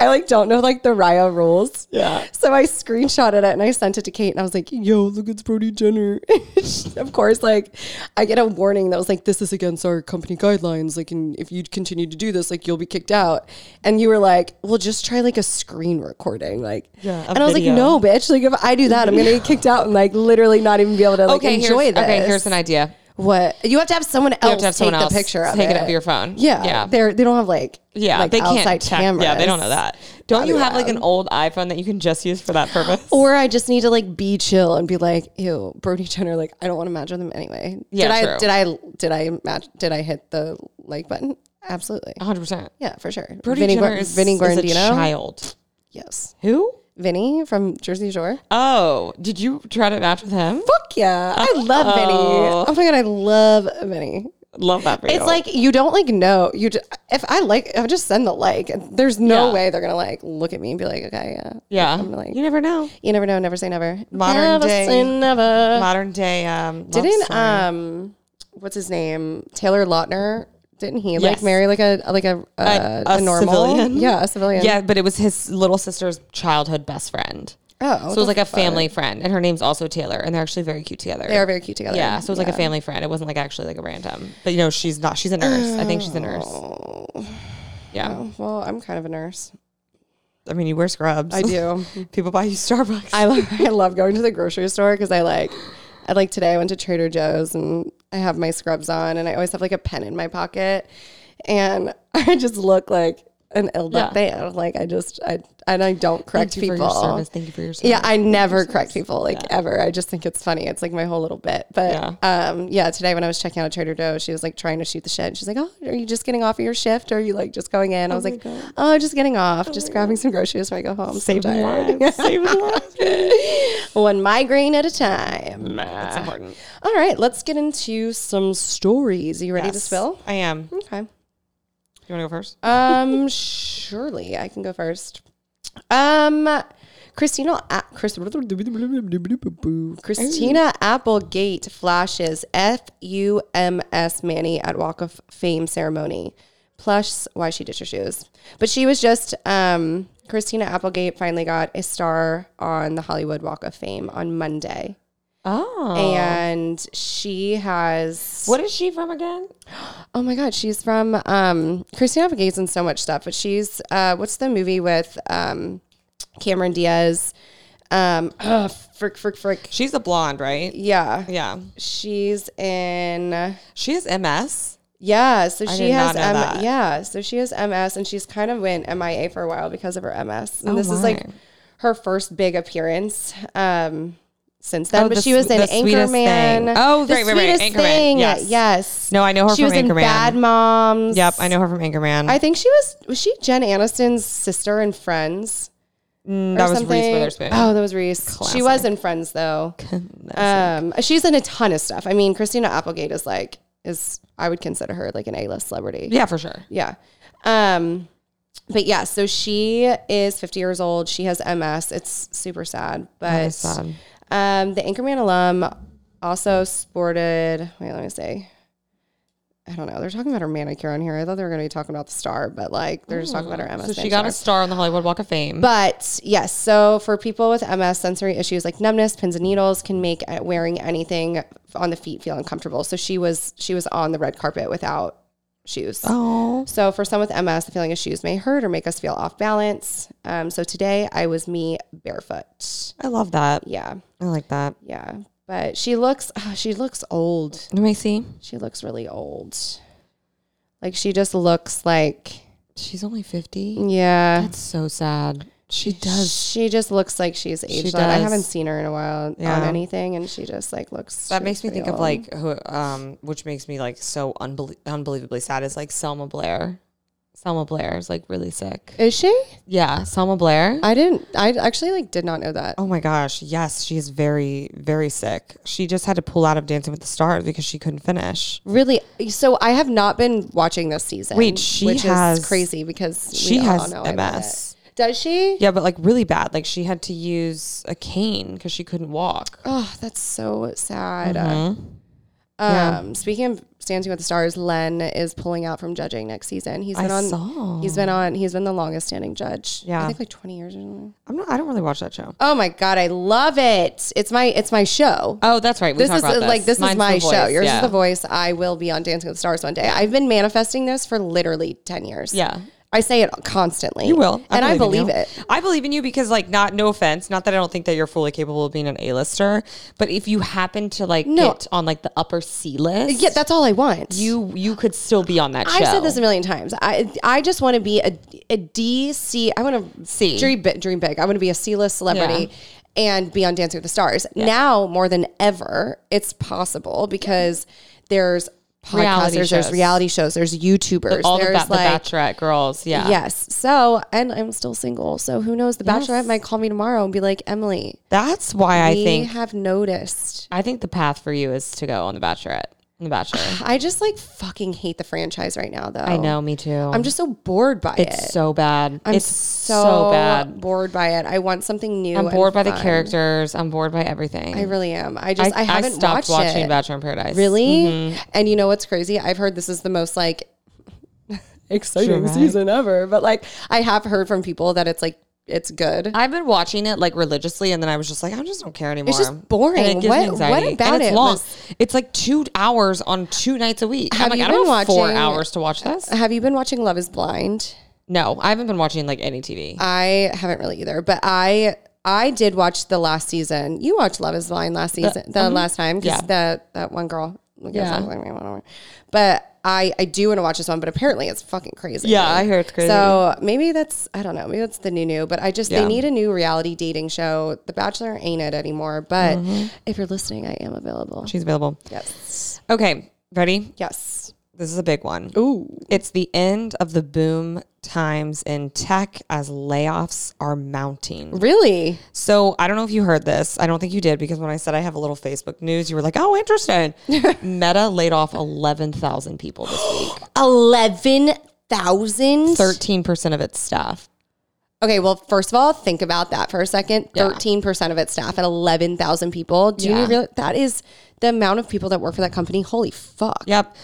Speaker 2: I like don't know like the Raya rules.
Speaker 1: Yeah.
Speaker 2: So I screenshotted it and I sent it to Kate and I was like, yo, look, it's Brody Jenner. of course, like I get a warning that was like, this is against our company guidelines. Like, and if you continue to do this, like you'll be kicked out. And you were like, well, just try like a screen recording. Like,
Speaker 1: Yeah, a
Speaker 2: and I was
Speaker 1: video.
Speaker 2: like, no, bitch. Like if I do that, I'm going to get kicked out and like literally not even be able to like
Speaker 1: Okay,
Speaker 2: enjoy
Speaker 1: here's,
Speaker 2: this.
Speaker 1: okay, here's an idea.
Speaker 2: What? You have to have someone else
Speaker 1: You have to have
Speaker 2: take
Speaker 1: someone else
Speaker 2: the picture of
Speaker 1: take
Speaker 2: it.
Speaker 1: it up your phone.
Speaker 2: Yeah.
Speaker 1: Yeah.
Speaker 2: They're, they don't have like,
Speaker 1: Yeah,
Speaker 2: like
Speaker 1: they
Speaker 2: outside
Speaker 1: can't check.
Speaker 2: cameras. Oh.
Speaker 1: Yeah, they don't know that. Don't you
Speaker 2: Probably
Speaker 1: have like an old iPhone that you can just use for that purpose?
Speaker 2: Or I just need to like be chill and be like, ew, Brody Jenner. Like, I don't want to match with him anyway.
Speaker 1: Yeah, true.
Speaker 2: did I did I did I match? Did I hit the like button? Absolutely.
Speaker 1: 100%.
Speaker 2: Yeah, for sure.
Speaker 1: Brody
Speaker 2: Vinny,
Speaker 1: Uh, Jenner
Speaker 2: Guar-
Speaker 1: is,
Speaker 2: Vinny
Speaker 1: is
Speaker 2: Guarandino.
Speaker 1: a child.
Speaker 2: Yes,
Speaker 1: Who?
Speaker 2: Vinny from Jersey Shore.
Speaker 1: Oh, did you try to match with him?
Speaker 2: Fuck yeah, I love
Speaker 1: Oh.
Speaker 2: Vinny. Oh my god, I love Vinny.
Speaker 1: Love that for you.
Speaker 2: It's like you don't like know you. Just, if I like, I'll just send the like. There's no
Speaker 1: Yeah.
Speaker 2: way they're gonna like look at me and be like, okay, yeah,
Speaker 1: yeah,
Speaker 2: I'm like,
Speaker 1: you never know.
Speaker 2: you never know, never say never.
Speaker 1: Modern
Speaker 2: never
Speaker 1: day-
Speaker 2: say never.
Speaker 1: Modern day. Um, love
Speaker 2: Didn't
Speaker 1: story.
Speaker 2: um, what's his name? Taylor Lautner. Didn't he like
Speaker 1: Yes.
Speaker 2: marry like a like a uh,
Speaker 1: a
Speaker 2: a, normal?
Speaker 1: civilian?
Speaker 2: Yeah, a civilian.
Speaker 1: yeah, but it was his little sister's childhood best friend.
Speaker 2: Oh,
Speaker 1: So it was like a family friend, and her name's also Taylor, and they're actually very cute together.
Speaker 2: they are very cute together.
Speaker 1: yeah, so it was like a family friend. It wasn't like actually like a random. But you know, she's not. She's a nurse. I think she's a nurse.
Speaker 2: Oh,
Speaker 1: Yeah.
Speaker 2: well, I'm kind of a nurse.
Speaker 1: I mean, you wear scrubs.
Speaker 2: I do.
Speaker 1: People buy you Starbucks.
Speaker 2: I love I love going to the grocery store because I like I like today I went to Trader Joe's and I have my scrubs on and I always have like a pen in my pocket and I just look like an ill
Speaker 1: Yeah.
Speaker 2: man. Like I just I and I don't correct
Speaker 1: Thank you
Speaker 2: people.
Speaker 1: for your service. Thank you for your service.
Speaker 2: Yeah, I never correct people like ever. I just think it's funny. It's like my whole little bit. But
Speaker 1: Yeah.
Speaker 2: um yeah, today when I was checking out at Trader Joe's, she was like trying to shoot the shit. And she's like, "Oh, are you just getting off of your shift or are you like just going in?" I was like, "Oh, just getting off, just grabbing some groceries before I go home." So
Speaker 1: Saving
Speaker 2: tired.
Speaker 1: lives. Saving lives.
Speaker 2: One migraine at a time.
Speaker 1: That's important.
Speaker 2: All right, let's get into some stories. Are you ready to
Speaker 1: Yes,
Speaker 2: spill?
Speaker 1: I am. You
Speaker 2: Okay.
Speaker 1: want to go first?
Speaker 2: Um, surely I can go first. Um, Christina, A- Chris, Christina Applegate flashes FUMS Manny at Walk of Fame ceremony. Plus, why she ditched her shoes. But she was just, um, Christina Applegate finally got a star on the Hollywood Walk of Fame on Monday.
Speaker 1: Oh.
Speaker 2: And she has.
Speaker 1: what is she from again?
Speaker 2: Oh my God, she's from um, Christina Applegate's in so much stuff, but she's uh, what's the movie with um, Cameron Diaz? Um, uh, frick, frick, frick.
Speaker 1: She's a blonde, right?
Speaker 2: Yeah,
Speaker 1: Yeah.
Speaker 2: she's in.
Speaker 1: She has MS.
Speaker 2: Yeah, so she
Speaker 1: did
Speaker 2: has
Speaker 1: not know
Speaker 2: M-
Speaker 1: that.
Speaker 2: yeah, so she has MS, and she's kind of went MIA for a while because of her MS, and
Speaker 1: Oh
Speaker 2: this is like
Speaker 1: my.
Speaker 2: her first big appearance. Um, since then,
Speaker 1: Oh,
Speaker 2: but
Speaker 1: the
Speaker 2: she was
Speaker 1: swe-
Speaker 2: in
Speaker 1: the sweetest thing.
Speaker 2: Anchorman.
Speaker 1: Oh,
Speaker 2: the
Speaker 1: right, right, right,
Speaker 2: sweetest
Speaker 1: Anchorman,
Speaker 2: thing.
Speaker 1: yes.
Speaker 2: Yes.
Speaker 1: No, I know her
Speaker 2: she
Speaker 1: from
Speaker 2: was in
Speaker 1: Anchorman.
Speaker 2: Bad Moms.
Speaker 1: Yep, I know her from Anchorman.
Speaker 2: I think she was was she Jen Aniston's sister in Friends?
Speaker 1: Mm,
Speaker 2: or
Speaker 1: that was Reese
Speaker 2: something?
Speaker 1: Witherspoon.
Speaker 2: Oh, that was Reese. She was in Friends though. Um, she's in a ton of stuff. I mean, Christina Applegate is like is I would consider her like an A list celebrity.
Speaker 1: Yeah, for sure.
Speaker 2: Yeah. Um, but yeah, so she is 50 years old. She has MS. It's super sad. But
Speaker 1: That's sad.
Speaker 2: um, the Anchorman alum also sported. Wait, let me see. I don't know. They're talking about her manicure on here. I thought they were going to be talking about the star, but like they're just talking about her MS.
Speaker 1: Oh, So she
Speaker 2: manicure.
Speaker 1: got a star on the Hollywood Walk of Fame.
Speaker 2: But yes, so for people with MS, sensory issues like numbness, pins and needles can make uh, wearing anything on the feet feel uncomfortable. So she was she was on the red carpet without shoes.
Speaker 1: Oh.
Speaker 2: So, for some with MS, the feeling of shoes may hurt or make us feel off balance. Um, so, today I was me barefoot.
Speaker 1: I love that.
Speaker 2: Yeah,
Speaker 1: I like that.
Speaker 2: yeah. But she looks, ah, she looks old.
Speaker 1: Let me see.
Speaker 2: She looks really old. Like she just looks like,
Speaker 1: She's only
Speaker 2: Mm.
Speaker 1: 50.
Speaker 2: yeah.
Speaker 1: That's so sad. She does.
Speaker 2: She just looks like she's aged. out. I
Speaker 1: does.
Speaker 2: haven't seen her in a while on
Speaker 1: Yeah.
Speaker 2: anything, and she just like looks.
Speaker 1: That
Speaker 2: she
Speaker 1: makes me
Speaker 2: looks
Speaker 1: think
Speaker 2: pretty
Speaker 1: of
Speaker 2: old.
Speaker 1: like who, um, which makes me like so unbelie- unbelievably sad is like Selma Blair. Selma Blair is like really sick.
Speaker 2: Is she?
Speaker 1: Yeah, Selma Blair.
Speaker 2: I didn't. I actually like did not know that.
Speaker 1: Oh my gosh, yes, she is very, very sick. She just had to pull out of Dancing with the Stars because she couldn't finish.
Speaker 2: Really? So I have not been watching this season.
Speaker 1: Wait, she
Speaker 2: which is
Speaker 1: has-
Speaker 2: crazy because
Speaker 1: She
Speaker 2: we
Speaker 1: has
Speaker 2: all know about it.
Speaker 1: MS.
Speaker 2: Does she?
Speaker 1: Yeah, but like really bad. Like she had to use a cane because she couldn't walk.
Speaker 2: Oh, that's so sad.
Speaker 1: Mhm.
Speaker 2: Um, Speaking of Dancing with the Stars, Len is pulling out from judging next season. He's
Speaker 1: I
Speaker 2: been on.
Speaker 1: saw.
Speaker 2: He's been on. He's been the longest standing judge. I
Speaker 1: Yeah.
Speaker 2: think like twenty years or something.
Speaker 1: I'm not. I don't really watch that show.
Speaker 2: Oh my god, I love it. It's my it's my show.
Speaker 1: Oh, that's right. We
Speaker 2: this
Speaker 1: talked
Speaker 2: is
Speaker 1: about this.
Speaker 2: like this
Speaker 1: Mine's
Speaker 2: is my
Speaker 1: The
Speaker 2: show.
Speaker 1: Voice,
Speaker 2: Yours
Speaker 1: yeah.
Speaker 2: is the voice. I will be on Dancing with the Stars one day. I've been manifesting this for literally ten years.
Speaker 1: Yeah.
Speaker 2: I say it constantly.
Speaker 1: You will,
Speaker 2: and I believe
Speaker 1: in you.
Speaker 2: it.
Speaker 1: I believe in you because, like, not no offense, not that I don't think that you're fully capable of being an A-lister, but if you happen to like
Speaker 2: No.
Speaker 1: get on like the upper C list,
Speaker 2: Yeah, that's all I want.
Speaker 1: you you could still be on that show.
Speaker 2: I've said this a million times. I I just want to be a, a DC. I want to
Speaker 1: C.
Speaker 2: dream big, dream big. I want to be a C list celebrity and be on Dancing with the Stars. Now more than ever, it's possible because there's podcasters,
Speaker 1: Reality
Speaker 2: there's
Speaker 1: shows.
Speaker 2: reality shows, there's YouTubers,
Speaker 1: all the,
Speaker 2: there's
Speaker 1: ba- the
Speaker 2: like
Speaker 1: Bachelorette girls. Yeah,
Speaker 2: Yes. So, and I'm still single. So, who knows? The
Speaker 1: Yes.
Speaker 2: Bachelorette might call me tomorrow and be like, Emily,
Speaker 1: That's why I
Speaker 2: we
Speaker 1: think
Speaker 2: have noticed.
Speaker 1: I think the path for you is to go on the Bachelorette. The Bachelor.
Speaker 2: I just like fucking hate the franchise right now, though.
Speaker 1: I know, me too.
Speaker 2: I'm just so bored by it.
Speaker 1: it's so bad.
Speaker 2: I'm
Speaker 1: it's so, bad.
Speaker 2: bored by it. I want something new.
Speaker 1: I'm bored by the
Speaker 2: fun.
Speaker 1: characters. I'm bored by everything.
Speaker 2: I really am. I just, I, haven't
Speaker 1: stopped
Speaker 2: watched
Speaker 1: watching Mm-hmm.
Speaker 2: it.
Speaker 1: Bachelor in Paradise.
Speaker 2: Really? And you know what's crazy? I've heard this is the most like exciting
Speaker 1: Dramatic.
Speaker 2: season ever, but like I have heard from people that it's like, it's good.
Speaker 1: I've been watching it like religiously, and then I was just like, I just don't care anymore.
Speaker 2: just boring.
Speaker 1: And it gives
Speaker 2: What-
Speaker 1: me
Speaker 2: what
Speaker 1: anxiety. And
Speaker 2: about
Speaker 1: it's
Speaker 2: it
Speaker 1: long.
Speaker 2: was-
Speaker 1: It's like two hours on two nights a week.
Speaker 2: Have
Speaker 1: I'm like,
Speaker 2: you
Speaker 1: I don't
Speaker 2: been
Speaker 1: have four
Speaker 2: watching-
Speaker 1: hours to watch this.
Speaker 2: Have you been watching Love is Blind?
Speaker 1: No, I haven't been watching like any TV.
Speaker 2: I haven't really either, but I I did watch the last season. You watched Love Is Blind last season, the last time, because
Speaker 1: mm-hmm. yeah.
Speaker 2: that that one girl. I guess
Speaker 1: Yeah.
Speaker 2: I'm like, whatever. But I I do want to watch this one, but apparently it's fucking crazy.
Speaker 1: Yeah, I hear it's crazy.
Speaker 2: So maybe that's I don't know, maybe that's the new new. But I just they
Speaker 1: Yeah.
Speaker 2: need a new reality dating show. The Bachelor ain't it anymore. But
Speaker 1: Mm-hmm.
Speaker 2: if you're listening, I am available.
Speaker 1: She's available.
Speaker 2: Yes,
Speaker 1: Okay, ready?
Speaker 2: yes.
Speaker 1: This is a big one.
Speaker 2: Ooh,
Speaker 1: It's the end of the boom times in tech as layoffs are mounting.
Speaker 2: really?
Speaker 1: So I don't know if you heard this. I don't think you did because when I said I have a little Facebook news, you were like, "Oh, interesting." Meta laid off eleven thousand people this week.
Speaker 2: Eleven thousand.
Speaker 1: Thirteen percent of its staff.
Speaker 2: Okay, well, first of all, think about that for a second.
Speaker 1: Yeah.
Speaker 2: Thirteen percent of its staff at eleven thousand people. Do you
Speaker 1: Yeah.
Speaker 2: realize that is the amount of people that work for that company? Holy fuck!
Speaker 1: Yep.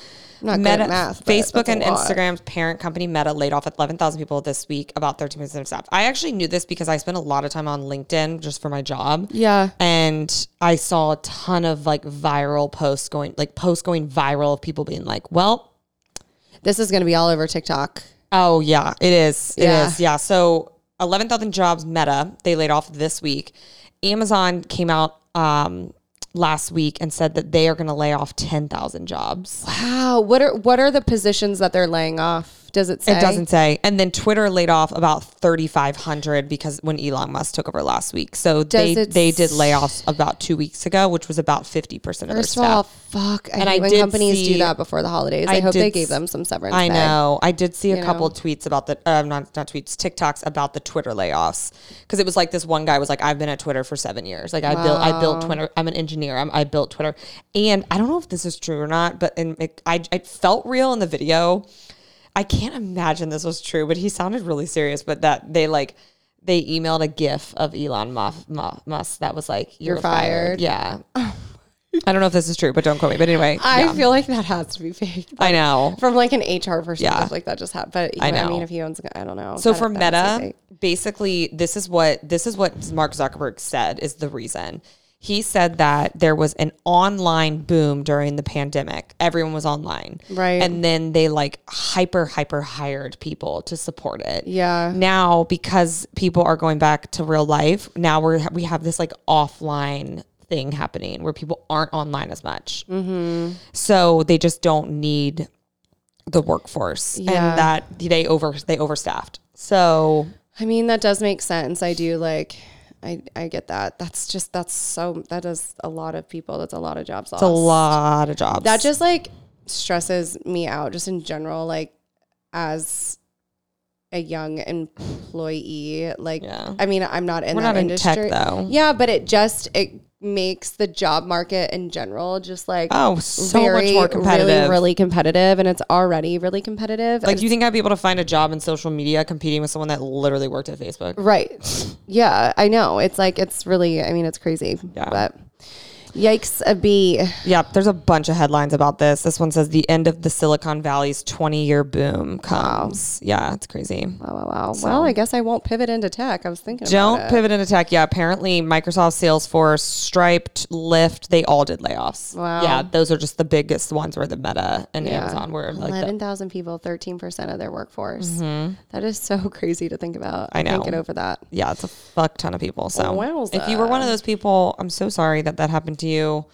Speaker 2: not good at math, but
Speaker 1: Facebook
Speaker 2: that's a
Speaker 1: and
Speaker 2: lot.
Speaker 1: Instagram's parent company Meta laid off 11,000 people this week, about 13% of staff. I actually knew this because I spent a lot of time on LinkedIn just for my job.
Speaker 2: Yeah.
Speaker 1: And I saw a ton of like viral posts going, like posts going viral of people being like, well,
Speaker 2: This is going to be all over TikTok.
Speaker 1: Oh yeah, it is. It is.
Speaker 2: Yeah.
Speaker 1: yeah. So eleven thousand jobs. Meta they laid off this week. Amazon came out um, last week and said that they are going to lay off ten thousand jobs.
Speaker 2: Wow. What are what are the positions that they're laying off? Does it say?
Speaker 1: It doesn't say. And then Twitter laid off about thirty five hundred because when Elon Musk took over last week, so they
Speaker 2: it
Speaker 1: they did layoffs about two weeks ago, which was about fifty percent of their
Speaker 2: First of all,
Speaker 1: staff.
Speaker 2: fuck. I
Speaker 1: And
Speaker 2: hate
Speaker 1: I
Speaker 2: when
Speaker 1: did
Speaker 2: companies do
Speaker 1: see-
Speaker 2: that before the holidays. I,
Speaker 1: I
Speaker 2: hope they
Speaker 1: did
Speaker 2: gave
Speaker 1: s-
Speaker 2: them some severance.
Speaker 1: I
Speaker 2: pay.
Speaker 1: know. I did see a
Speaker 2: you
Speaker 1: couple
Speaker 2: know?
Speaker 1: tweets about the uh, not not tweets TikToks about the Twitter layoffs because it was like this one guy was like I've been at Twitter for seven years like I built I built Twitter I'm an engineer I'm, I built Twitter and I don't know if this is true or not but in it, I it felt real in the video I can't imagine this was true but he sounded really serious but that they like they emailed a GIF of Elon Musk, Musk that was like you're,
Speaker 2: fired." Oh
Speaker 1: fired. yeah I don't know if this is true but don't quote me but anyway
Speaker 2: I
Speaker 1: yeah.
Speaker 2: feel like that has to be fake
Speaker 1: I know
Speaker 2: from like an HR perspective.
Speaker 1: Yeah.
Speaker 2: Like that just happened. But
Speaker 1: I
Speaker 2: I,
Speaker 1: know.
Speaker 2: mean, if he owns, I don't know.
Speaker 1: So
Speaker 2: That-
Speaker 1: for
Speaker 2: that has to be
Speaker 1: Meta,
Speaker 2: fake.
Speaker 1: basically, this is what this is what Mark Zuckerberg said is the reason. He said that there was an online boom during the pandemic. Everyone was online.
Speaker 2: Right.
Speaker 1: And then they like hyper, hyper hired people to support it.
Speaker 2: Yeah.
Speaker 1: Now, because people are going back to real life, now we're, we have this like offline thing happening where people aren't online as much. So they just don't need the workforce
Speaker 2: Yeah.
Speaker 1: and that they over, they overstaffed. So
Speaker 2: I mean, that does make sense. I do like, I, I get that. That's just, that's so, that is a lot of people. That's a lot of jobs lost.
Speaker 1: it's a lot of jobs.
Speaker 2: That just like stresses me out just in general, like as a young employee. Like,
Speaker 1: Yeah.
Speaker 2: I mean, I'm not in
Speaker 1: We're
Speaker 2: that
Speaker 1: not in tech,
Speaker 2: industry.
Speaker 1: though.
Speaker 2: Yeah, but it just, it makes the job market in general just like,
Speaker 1: oh so much more competitive.
Speaker 2: Really, really competitive, and it's already really competitive.
Speaker 1: like, do you think I'd be able to find a job in social media competing with someone that literally worked at Facebook?
Speaker 2: Right. Yeah, I know. It's like it's really. I mean, it's crazy.
Speaker 1: Yeah.
Speaker 2: But yikes, a bee.
Speaker 1: Yep, there's a bunch of headlines about this. This one says the end of the Silicon Valley's 20 year boom comes. Yeah, it's crazy.
Speaker 2: Wow, wow, wow. Well, I guess I won't pivot into tech. I was thinking.
Speaker 1: Don't
Speaker 2: about it.
Speaker 1: pivot into tech. Yeah, apparently Microsoft, Salesforce, Stripe, Lyft, they all did layoffs.
Speaker 2: Wow.
Speaker 1: Yeah, those are just the biggest ones where the Meta and Amazon were like, the-
Speaker 2: Eleven thousand people, thirteen percent of their workforce. That is so crazy to think about. I
Speaker 1: know.
Speaker 2: Can't get over that.
Speaker 1: yeah, it's a fuck ton of people. So
Speaker 2: Wowza.
Speaker 1: if you were one of those people, I'm so sorry that that happened to you,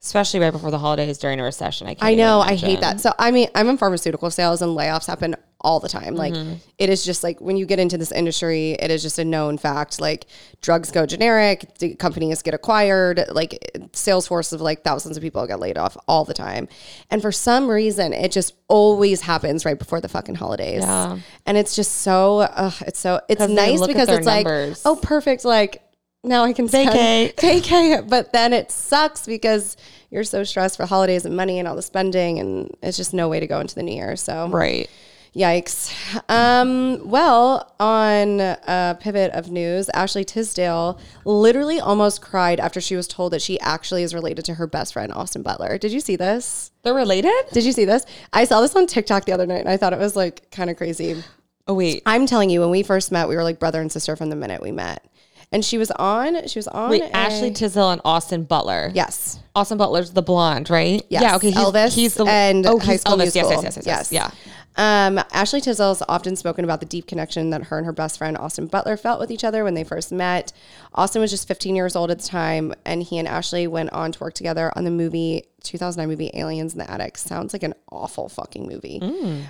Speaker 1: especially right before the holidays during a recession. I can't
Speaker 2: I
Speaker 1: even
Speaker 2: know. I
Speaker 1: imagine.
Speaker 2: hate that. So I mean, I'm in pharmaceutical sales, and layoffs happen all the time. Like
Speaker 1: Mm-hmm.
Speaker 2: it is just like when you get into this industry, it is just a known fact. Like drugs go generic, the companies get acquired. Like sales force of like thousands of people get laid off all the time, and for some reason, it just always happens right before the fucking holidays.
Speaker 1: Yeah.
Speaker 2: And it's just so. Ugh, it's so. It's
Speaker 1: 'Cause they
Speaker 2: nice
Speaker 1: look at
Speaker 2: because
Speaker 1: their
Speaker 2: it's
Speaker 1: numbers.
Speaker 2: like, oh, perfect. Like. Now I can spend-
Speaker 1: Vacay.
Speaker 2: vacay. But then it sucks because you're so stressed for holidays and money and all the spending, and it's just no way to go into the new year. So,
Speaker 1: Right.
Speaker 2: yikes. Um, well, on a pivot of news, Ashley Tisdale literally almost cried after she was told that she actually is related to her best friend, Austin Butler. Did you see this?
Speaker 1: They're related?
Speaker 2: Did you see this? I saw this on TikTok the other night, and I thought it was like kind of crazy.
Speaker 1: Oh, wait.
Speaker 2: I'm telling you, when we first met, we were like brother and sister from the minute we met. And she was on, she was on.
Speaker 1: Wait,
Speaker 2: a-
Speaker 1: Ashley Tisdale and Austin Butler.
Speaker 2: Yes.
Speaker 1: Austin Butler's the blonde, right?
Speaker 2: Yes.
Speaker 1: Yeah. Okay. He's,
Speaker 2: Elvis
Speaker 1: he's the
Speaker 2: and
Speaker 1: oh,
Speaker 2: High
Speaker 1: he's
Speaker 2: School
Speaker 1: Elvis.
Speaker 2: Musical.
Speaker 1: Yes, yes, yes, yes, yes. Yeah.
Speaker 2: Um, Ashley Tisdale has often spoken about the deep connection that her and her best friend Austin Butler felt with each other when they first met. Austin was just 15 years old at the time, and he and Ashley went on to work together on the movie 2009 movie Aliens in the Attic. Sounds like an awful fucking movie. Um,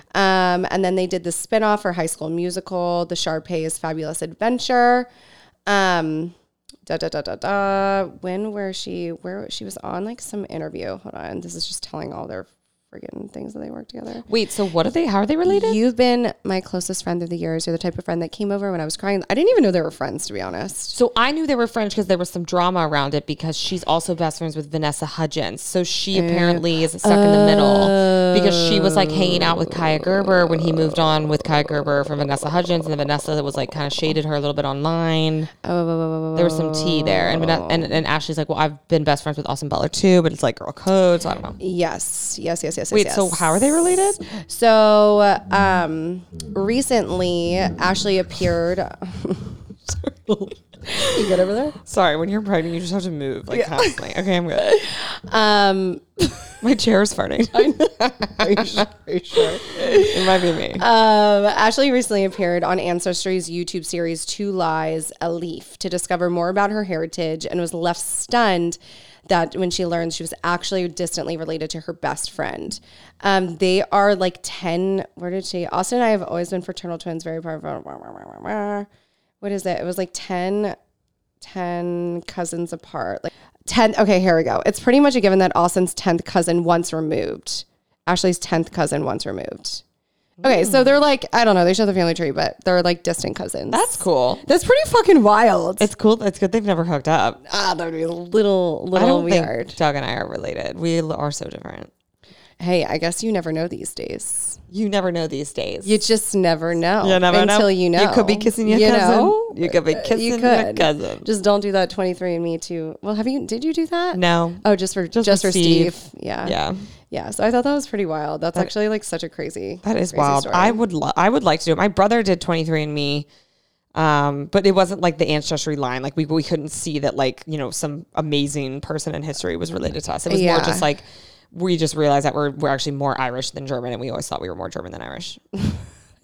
Speaker 2: and then they did the spinoff for High School Musical, The Sharpay's Fabulous Adventure. Um, da da da da da. When were she? Where she was on like some interview? Hold on, this is just telling all their friggin' things that they work together.
Speaker 1: Wait, so what are they? How are they related?
Speaker 2: You've been my closest friend through the years. You're the type of friend that came over when I was crying. I didn't even know they were friends, to be honest.
Speaker 1: So I knew they were French because there was some drama around it because she's also best friends with Vanessa Hudgens. So she apparently is stuck in the middle because she was like hanging out with Kaya Gerber when he moved on with Kaya Gerber from Vanessa Hudgens, and then Vanessa that was like kind of shaded her a little bit online.
Speaker 2: Oh,
Speaker 1: There was some tea there, and Vanessa, and, and Ashley's like, well, I've been best friends with Austin Butler too, but it's like girl code, so I don't know.
Speaker 2: yes, yes, yes, yes.
Speaker 1: Wait,
Speaker 2: yes,
Speaker 1: so
Speaker 2: yes.
Speaker 1: how are they related?
Speaker 2: So, um, recently Ashley appeared. you good over there?
Speaker 1: Sorry, when you're pregnant, you just have to move like constantly. Okay, I'm good.
Speaker 2: Um,
Speaker 1: My chair is farting.
Speaker 2: are you sure? Are you sure?
Speaker 1: it might be me.
Speaker 2: Um, Ashley recently appeared on Ancestry's YouTube series Two Lies, A Leaf to discover more about her heritage and was left stunned that when she learned she was actually distantly related to her best friend. Um, they are like 10, where did she? Austin and I have always been fraternal twins, very powerful. What is it? It was like 10 10 cousins apart. Like 10 Okay, here we go. It's pretty much a given that Austin's 10th cousin once removed. Ashley's 10th cousin once removed. Okay,
Speaker 1: Hmm.
Speaker 2: so they're like I don't know, they show the family tree, but they're like distant cousins.
Speaker 1: That's cool.
Speaker 2: that's pretty fucking wild.
Speaker 1: It's cool. It's good they've never hooked up.
Speaker 2: ah, that'd be a little
Speaker 1: I
Speaker 2: little
Speaker 1: don't
Speaker 2: weird.
Speaker 1: think Doug and I are related. We l- are so different.
Speaker 2: hey, I guess you never know these days.
Speaker 1: You never know these days.
Speaker 2: You just never know.
Speaker 1: You never know.
Speaker 2: until you know.
Speaker 1: You could be kissing your
Speaker 2: You
Speaker 1: cousin.
Speaker 2: know? Uh,
Speaker 1: You could be kissing
Speaker 2: you
Speaker 1: your
Speaker 2: could.
Speaker 1: cousin.
Speaker 2: Just don't do that 23andMe too. Well, have you did you do that?
Speaker 1: no.
Speaker 2: Oh, just for just,
Speaker 1: for
Speaker 2: for Steve.
Speaker 1: Steve.
Speaker 2: Yeah.
Speaker 1: Yeah.
Speaker 2: Yeah. So I thought that was pretty wild. That's actually like such a crazy
Speaker 1: That is
Speaker 2: crazy
Speaker 1: wild.
Speaker 2: story.
Speaker 1: I would. Lo- I would like to do it. My brother did 23andMe. Um, but it wasn't like the ancestry line. Like we we couldn't see that like you know some amazing person in history was related to us. It was more
Speaker 2: Yeah.
Speaker 1: just like we just realized that we're we're actually more Irish than German, and we always thought we were more German than Irish.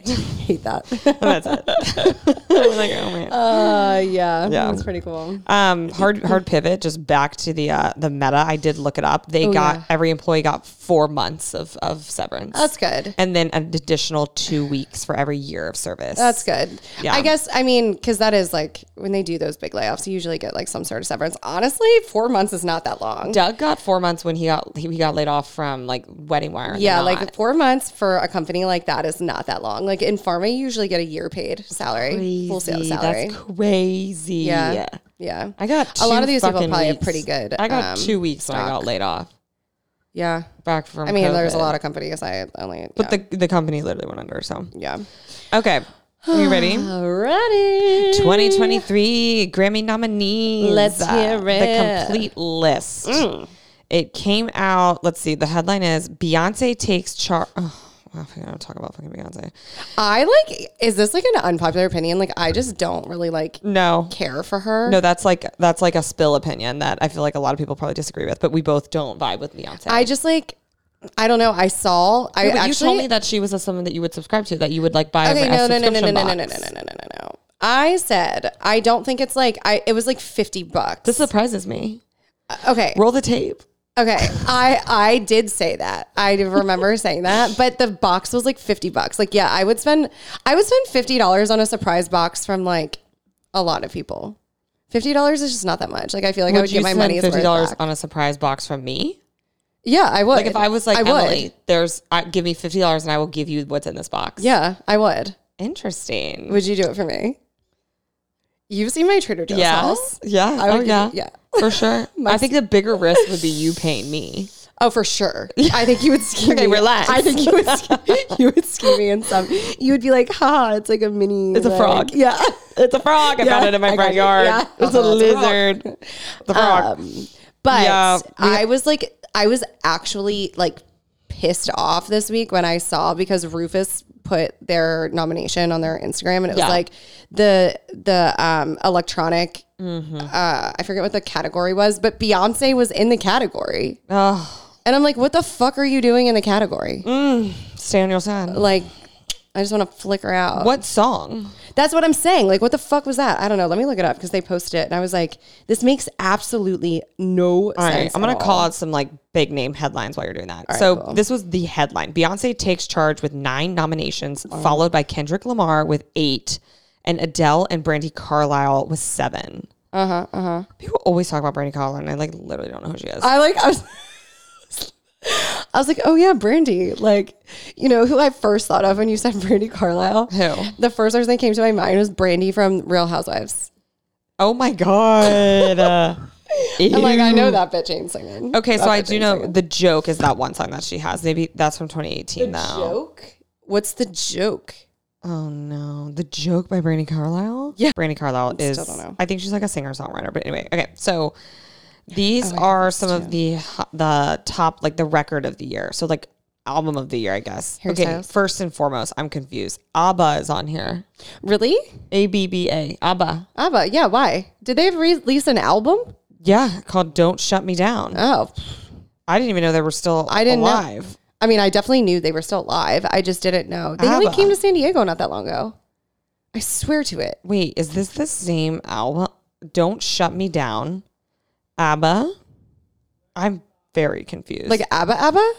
Speaker 3: Hate that.
Speaker 1: Oh, That's it. I was like, oh man.
Speaker 2: Uh, yeah,
Speaker 1: Yeah.
Speaker 2: that's pretty cool.
Speaker 1: Um, hard hard pivot. Just back to the uh, the meta. I did look it up. They got
Speaker 2: Oh, yeah.
Speaker 1: every employee got four months of of severance.
Speaker 2: That's good.
Speaker 1: And then an additional two weeks for every year of service.
Speaker 2: That's good.
Speaker 1: Yeah.
Speaker 2: I guess I mean because that is like when they do those big layoffs, you usually get like some sort of severance. Honestly, four months is not that long.
Speaker 1: Doug got four months when he got he, he got laid off from like wedding wire. and
Speaker 2: Yeah,
Speaker 1: Knot.
Speaker 2: like four months for a company like that is not that long. Like in pharma, you usually get a year paid salary, full sale
Speaker 1: Crazy.
Speaker 2: salary.
Speaker 1: That's crazy.
Speaker 2: Yeah. yeah,
Speaker 1: I got
Speaker 2: a lot
Speaker 1: two
Speaker 2: of these people
Speaker 1: fucking
Speaker 2: probably have
Speaker 1: weeks.
Speaker 2: pretty good.
Speaker 1: I got
Speaker 2: um,
Speaker 1: two weeks when I got
Speaker 2: stock.
Speaker 1: laid off
Speaker 2: Yeah,
Speaker 1: back from.
Speaker 2: I mean, there's a
Speaker 1: COVID.
Speaker 2: lot of companies I only.
Speaker 1: But the the company literally went under. So
Speaker 2: yeah.
Speaker 1: okay, you ready?
Speaker 2: Alrighty.
Speaker 1: 2023 Grammy nominees. uh,
Speaker 2: Let's hear
Speaker 1: The
Speaker 2: it. Mm.
Speaker 1: complete list. It came out. Let's see. The headline is Beyonce takes char. Oh, wow, I don't talk about fucking Beyonce.
Speaker 2: I like. Is this like an unpopular opinion? Like, I just don't really like
Speaker 1: No,
Speaker 2: care for her.
Speaker 1: no, that's like that's like a spill opinion that I feel like a lot of people probably disagree with, but we both don't vibe with Beyonce.
Speaker 2: I just like. I don't know. I saw. I
Speaker 1: Yeah, but
Speaker 2: actually.
Speaker 1: you told me that she was a, someone that you would subscribe to, that you would like buy
Speaker 2: okay,
Speaker 1: a
Speaker 2: no, no, no, no,
Speaker 1: subscription
Speaker 2: no, no, no, no, no, no,
Speaker 1: box.
Speaker 2: no, no, no, no. I said I don't think it's like I. It was like fifty bucks. Uh,
Speaker 1: This surprises me.
Speaker 2: okay,
Speaker 1: Roll the tape.
Speaker 2: okay. I I did say that. I remember saying that. But the box was like fifty bucks. Like yeah, I would spend. I would spend fifty dollars on a surprise box from like a lot of people. Fifty dollars is just not that much. Like I feel like I would
Speaker 1: you
Speaker 2: get my
Speaker 1: spend
Speaker 2: money's
Speaker 1: fifty
Speaker 2: worth
Speaker 1: dollars
Speaker 2: back.
Speaker 1: on a surprise box from me?
Speaker 2: Yeah, I would.
Speaker 1: Like if I was like
Speaker 2: I would.
Speaker 1: Emily, there's I, give me fifty dollars and I will give you what's in this box.
Speaker 2: Yeah, I would.
Speaker 1: interesting.
Speaker 2: Would you do it for me? You've seen my Trader Joe's
Speaker 1: yeah,
Speaker 2: house.
Speaker 1: yeah,
Speaker 2: I would
Speaker 1: oh,
Speaker 2: give
Speaker 1: yeah,
Speaker 2: you- yeah.
Speaker 1: for sure. I think the bigger risk would be you paying me.
Speaker 2: Oh, for sure. I think you would ski
Speaker 1: Okay,
Speaker 2: me.
Speaker 1: relax.
Speaker 2: I think you would ski, you would ski me in some. You would be like, ha, it's like a mini.
Speaker 1: It's a
Speaker 2: like-
Speaker 1: frog.
Speaker 2: Yeah.
Speaker 1: It's a frog. I
Speaker 2: Yeah,
Speaker 1: found it in my
Speaker 2: I got
Speaker 1: front
Speaker 2: you.
Speaker 1: yard.
Speaker 2: Yeah.
Speaker 1: It's
Speaker 2: Uh-huh,
Speaker 1: a
Speaker 2: it's a
Speaker 1: lizard. It's a frog.
Speaker 2: Um, but
Speaker 1: Yeah, we-
Speaker 2: I was like, I was actually like pissed off this week when I saw because Rufus put their nomination on their Instagram and it was
Speaker 1: Yeah.
Speaker 2: like the the um electronic
Speaker 1: Mm-hmm.
Speaker 2: uh I forget what the category was but Beyonce was in the category
Speaker 1: oh,
Speaker 2: and I'm like what the fuck are you doing in the category
Speaker 1: Mm. stay on your side.
Speaker 2: like I just want to flick her out.
Speaker 1: What song?
Speaker 2: That's what I'm saying. Like, what the fuck was that? I don't know. Let me look it up because they posted it, and I was like, "This makes absolutely no
Speaker 1: All
Speaker 2: sense."
Speaker 1: right, I'm gonna
Speaker 2: at
Speaker 1: call
Speaker 2: all.
Speaker 1: out some like big name headlines while you're doing that. so
Speaker 2: cool.
Speaker 1: this was the headline: Beyonce takes charge with nine nominations, followed by Kendrick Lamar with eight, and Adele and Brandy Carlisle with seven. Uh
Speaker 2: Uh-huh,
Speaker 1: huh. Uh huh. People always talk about Brandy Carlisle, and I like literally don't know who she is.
Speaker 2: I like. I was, I was like, "Oh yeah, Brandy." Like, you know who I first thought of when you said Brandy Carlisle?
Speaker 1: Who?
Speaker 2: The first person that came to my mind was Brandy from Real Housewives.
Speaker 1: oh my god. Uh,
Speaker 2: I'm like, I know that bitch ain't singing.
Speaker 1: Okay,
Speaker 2: That
Speaker 1: so I
Speaker 2: bitch
Speaker 1: do
Speaker 2: ain't
Speaker 1: know
Speaker 2: singing.
Speaker 1: the joke is that one song that she has. Maybe that's from 2018 though.
Speaker 2: joke. What's the joke?
Speaker 1: Oh no, the joke by Brandy Carlisle.
Speaker 2: Yeah.
Speaker 1: Brandy Carlisle is.
Speaker 2: don't know.
Speaker 1: I think she's like a singer songwriter, but anyway, okay. So
Speaker 2: Oh,
Speaker 1: these are some of the ho- the top like the record of the year. So like album of the year, I guess.
Speaker 2: Harry
Speaker 1: okay,
Speaker 2: Styles?
Speaker 1: first and foremost, I'm confused. ABBA is on here.
Speaker 2: Really?
Speaker 1: A B B A. ABBA.
Speaker 2: Abba? Yeah. Why? Did they release an album?
Speaker 1: Yeah, called "Don't Shut Me Down."
Speaker 2: Oh,
Speaker 1: I didn't even know they were still
Speaker 2: I didn't know.
Speaker 1: alive.
Speaker 2: I mean, I definitely knew they were still alive. I just didn't know. They only
Speaker 1: ABBA.
Speaker 2: came to San Diego not that long ago. I swear to it.
Speaker 1: Wait, is this the same album? Don't Shut Me Down, ABBA? I'm very confused.
Speaker 2: Like ABBA ABBA?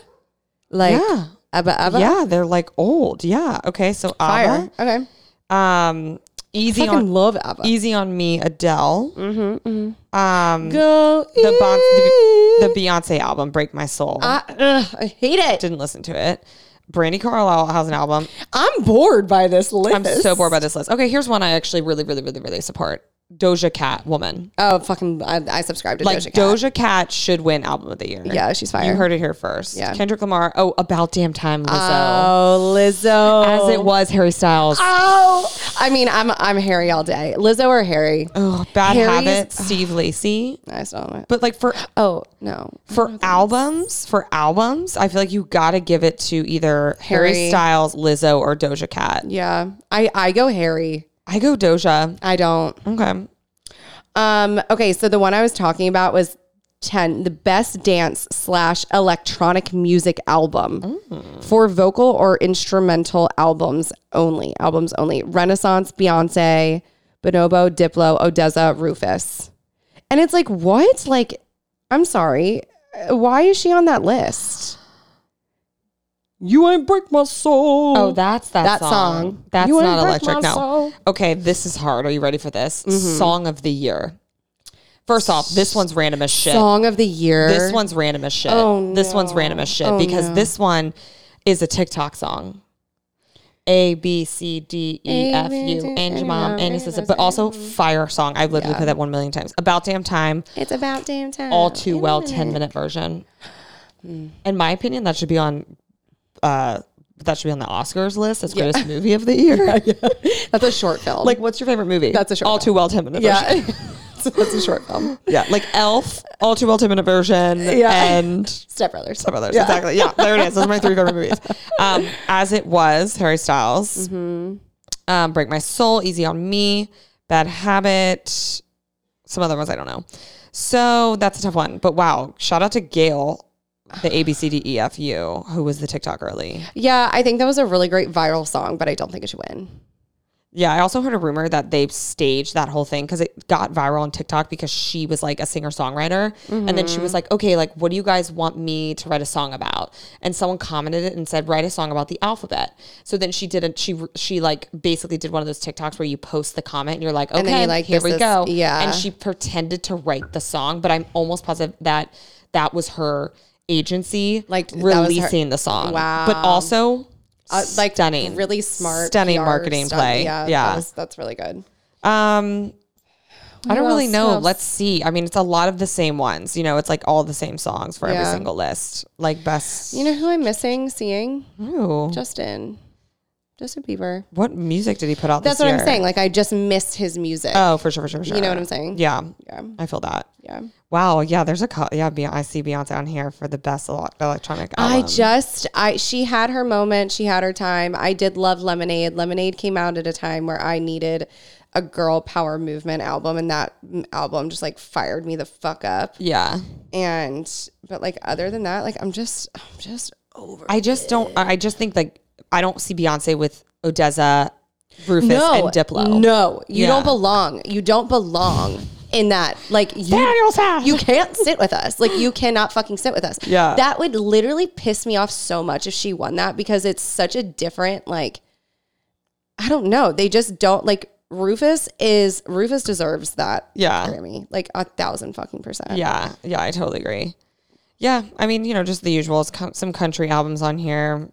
Speaker 2: Like
Speaker 1: Yeah.
Speaker 2: ABBA ABBA?
Speaker 1: yeah, they're like old. Yeah. Okay, so
Speaker 2: Fire.
Speaker 1: ABBA.
Speaker 2: Okay.
Speaker 1: Um, easy
Speaker 2: Fucking
Speaker 1: on
Speaker 2: love ABBA.
Speaker 1: Easy on Me, Adele. Mm-hmm, Um,
Speaker 2: Go
Speaker 1: the, bon-
Speaker 2: eat.
Speaker 1: the, the Beyonce album, Break My Soul. I
Speaker 2: I, ugh, I hate it.
Speaker 1: didn't listen to it. Brandy Carlisle has an album.
Speaker 2: I'm bored by this list.
Speaker 1: I'm so bored by this list. Okay, here's one I actually really, really, really, really support. Doja Cat, woman.
Speaker 2: Oh fucking! I, I subscribe to
Speaker 1: Like
Speaker 2: Doja Cat.
Speaker 1: Doja Cat should win album of the year.
Speaker 2: yeah, she's fire.
Speaker 1: You heard it here first.
Speaker 2: Yeah.
Speaker 1: Kendrick Lamar. Oh, about damn time, Lizzo.
Speaker 2: oh, Lizzo.
Speaker 1: As it was Harry Styles.
Speaker 2: Oh, I mean, I'm I'm Harry all day. Lizzo or Harry?
Speaker 1: oh, bad
Speaker 2: Harry's-
Speaker 1: habit. Steve Lacy.
Speaker 2: I still don't know.
Speaker 1: But like for
Speaker 2: Oh no,
Speaker 1: for albums, for albums, I feel like you gotta give it to either Harry,
Speaker 2: Harry.
Speaker 1: Styles, Lizzo, or Doja Cat.
Speaker 2: yeah, I I go Harry.
Speaker 1: I go Doja.
Speaker 2: I don't.
Speaker 1: Okay.
Speaker 2: Um, okay, so the one I was talking about was 10, the best dance slash electronic music album
Speaker 1: Mm.
Speaker 2: for vocal or instrumental albums only. Albums only. Renaissance, Beyonce, Bonobo, Diplo, Odessa, Rufus. And it's like, what? Like, I'm sorry. Uh, Why is she on that list? You ain't break my soul.
Speaker 1: Oh, that's that,
Speaker 2: that
Speaker 1: song.
Speaker 2: song.
Speaker 1: That's
Speaker 2: You ain't
Speaker 1: not
Speaker 2: break
Speaker 1: electric.
Speaker 2: my
Speaker 1: No. Mm-hmm.
Speaker 2: soul.
Speaker 1: Okay, this is hard. Are you ready for this? Song of the year. First off, this one's random as shit.
Speaker 2: Song of the year.
Speaker 1: This one's random as shit.
Speaker 2: Oh,
Speaker 1: This one's
Speaker 2: no.
Speaker 1: random as shit
Speaker 2: Oh,
Speaker 1: because
Speaker 2: no.
Speaker 1: this one is a TikTok song. A B C D E F U and your mom and he says it, but also fire song. I've literally played that one million times. About damn time,
Speaker 2: It's about damn time.
Speaker 1: all too well, ten minute version.
Speaker 2: Hmm.
Speaker 1: In my opinion, that should be on. Uh, that should be on the Oscars list as greatest movie of the year.
Speaker 2: That's a short film.
Speaker 1: Like, what's your favorite movie?
Speaker 2: That's a short
Speaker 1: All
Speaker 2: film.
Speaker 1: too well, ten minute version.
Speaker 2: yeah. so that's a short film.
Speaker 1: Yeah, like Elf, All Too Well, ten minute version, and
Speaker 2: Step Brothers.
Speaker 1: Step Brothers. Exactly. Yeah, there it is. Those are my three favorite movies. Um, as it was, Harry Styles, um, Break My Soul, Easy on Me, Bad Habit, some other ones I don't know. So that's a tough one. But wow, shout out to Gail, the ABCDEFU, E who was the TikTok early.
Speaker 2: Yeah, I think that was a really great viral song, but I don't think it should win.
Speaker 1: Yeah, I also heard a rumor that they staged that whole thing because it got viral on TikTok because she was like a singer songwriter. And then she
Speaker 2: Mm-hmm.
Speaker 1: was like, okay, like, what do you guys want me to write a song about? And someone commented it and said, write a song about the alphabet. So then she didn't, she, she like basically did one of those TikToks where you post the comment and you're like, okay,
Speaker 2: then you're like,
Speaker 1: here
Speaker 2: this
Speaker 1: we
Speaker 2: is-
Speaker 1: go.
Speaker 2: yeah.
Speaker 1: And she pretended to write the song, but I'm almost positive that that was her agency
Speaker 2: Like, that was her-
Speaker 1: releasing the song.
Speaker 2: Wow.
Speaker 1: But also,
Speaker 2: Uh, like
Speaker 1: stunning.
Speaker 2: really smart,
Speaker 1: Stunning
Speaker 2: PR
Speaker 1: marketing
Speaker 2: stunt.
Speaker 1: play.
Speaker 2: Yeah,
Speaker 1: Yeah.
Speaker 2: That was, that's really good.
Speaker 1: Um, I don't really
Speaker 2: else?
Speaker 1: know.
Speaker 2: Who else?
Speaker 1: Let's see. I mean, it's a lot of the same ones. You know, it's like all the same songs for every
Speaker 2: Yeah.
Speaker 1: single list. Like best.
Speaker 2: You know who I'm missing seeing?
Speaker 1: Ooh.
Speaker 2: Justin, Justin Bieber.
Speaker 1: what music did he put out?
Speaker 2: That's
Speaker 1: this
Speaker 2: what I'm
Speaker 1: year?
Speaker 2: saying. Like I just miss his music.
Speaker 1: Oh, for sure, for sure, for sure.
Speaker 2: you know what I'm saying?
Speaker 1: Yeah,
Speaker 2: Yeah.
Speaker 1: I feel that.
Speaker 2: Yeah.
Speaker 1: Wow. Yeah, there's a co- yeah. Beyonce, I see Beyonce on here for the best el- electronic
Speaker 2: I
Speaker 1: album.
Speaker 2: just I she had her moment, she had her time. I did love Lemonade. Lemonade came out at a time where I needed a girl power movement album and that m- album just like fired me the fuck up.
Speaker 1: yeah.
Speaker 2: And but like other than that, like I'm just I'm just over
Speaker 1: I just don't. I I just think like I don't see Beyonce with Odessa, Rufus, and Diplo.
Speaker 2: No, you
Speaker 1: Yeah.
Speaker 2: don't belong. You don't belong in that. Like you,
Speaker 1: Daniel's house.
Speaker 2: you can't sit with us. Like you cannot fucking sit with us.
Speaker 1: Yeah.
Speaker 2: that would literally piss me off so much if she won that because it's such a different. Like, I don't know. They just don't like. Rufus is Rufus deserves that.
Speaker 1: Yeah.
Speaker 2: Grammy like a thousand fucking percent.
Speaker 1: Yeah, yeah, I totally agree. Yeah, I mean, you know, just the usual. It's co- some country albums on here.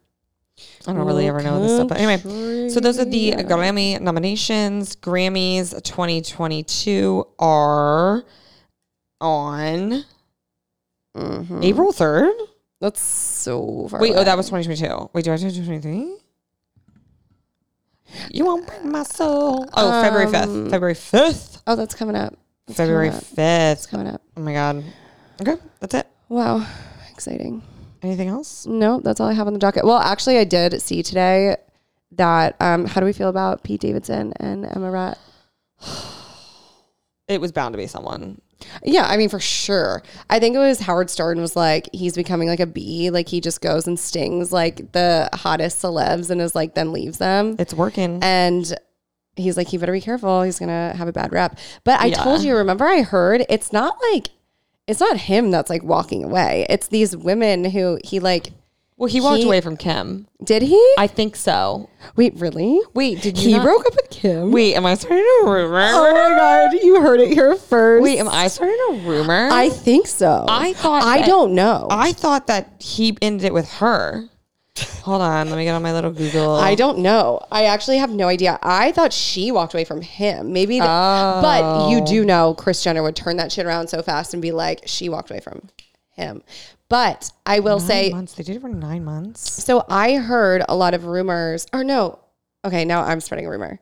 Speaker 1: I don't really ever know this stuff, but anyway. So those are the Grammy nominations. Grammys 2022 are on
Speaker 2: Mm-hmm.
Speaker 1: April 3rd.
Speaker 2: that's so far.
Speaker 1: Wait,
Speaker 2: away.
Speaker 1: oh, that was 2022. Wait, do I do 2023? You won't break my soul. Oh, February 5th. February 5th.
Speaker 2: oh, that's coming up. That's
Speaker 1: February
Speaker 2: Um, coming up.
Speaker 1: 5th.
Speaker 2: coming up.
Speaker 1: Oh my god. Okay, that's it.
Speaker 2: Wow, exciting.
Speaker 1: Anything else?
Speaker 2: No, that's all I have on the docket. Well, actually, I did see today that um, how do we feel about Pete Davidson and Emma Ratt?
Speaker 1: It was bound to be someone.
Speaker 2: Yeah, I mean for sure. I think it was Howard Stern was like he's becoming like a bee, like he just goes and stings like the hottest celebs and is like then leaves them.
Speaker 1: It's working.
Speaker 2: And he's like, he better be careful. He's gonna have a bad rep. But I
Speaker 1: Yeah.
Speaker 2: told you, remember I heard it's not like it's not him that's like walking away. It's these women who he like.
Speaker 1: Well, he walked
Speaker 2: He-
Speaker 1: away from Kim.
Speaker 2: Did he?
Speaker 1: I think so.
Speaker 2: Wait, really?
Speaker 1: Wait, did
Speaker 2: He broke up with Kim.
Speaker 1: Wait, am I starting a rumor?
Speaker 2: Oh my god, you heard it here first.
Speaker 1: Wait, am I starting a rumor?
Speaker 2: I think so.
Speaker 1: I thought
Speaker 2: I
Speaker 1: that-
Speaker 2: don't know. I,
Speaker 1: I thought that he ended it with her. Hold on, let me get on my little Google.
Speaker 2: don't know. I actually have no idea. I thought she walked away from him. Maybe, th- but you
Speaker 1: Oh.
Speaker 2: do know Chris Jenner would turn that shit around so fast and be like, she walked away from him. But I will say,
Speaker 1: nine months. They did it for nine months.
Speaker 2: so I heard a lot of rumors. Or no, okay, now I'm spreading a rumor.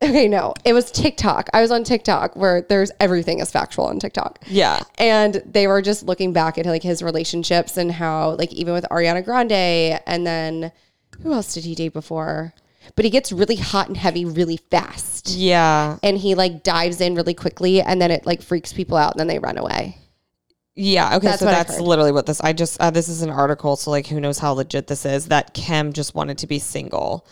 Speaker 2: Okay, no, it was TikTok. I was on TikTok where there's everything is factual on TikTok.
Speaker 1: Yeah.
Speaker 2: and they were just looking back at like his relationships and how like even with Ariana Grande and then who else did he date before? but he gets really hot and heavy really fast.
Speaker 1: Yeah.
Speaker 2: And he like dives in really quickly and then it like freaks people out and then they run away.
Speaker 1: Yeah. Okay.
Speaker 2: That's
Speaker 1: so
Speaker 2: what I've
Speaker 1: that's
Speaker 2: heard.
Speaker 1: literally what this. I just uh, this is an article. So like, who knows how legit this is? That Kim just wanted to be single.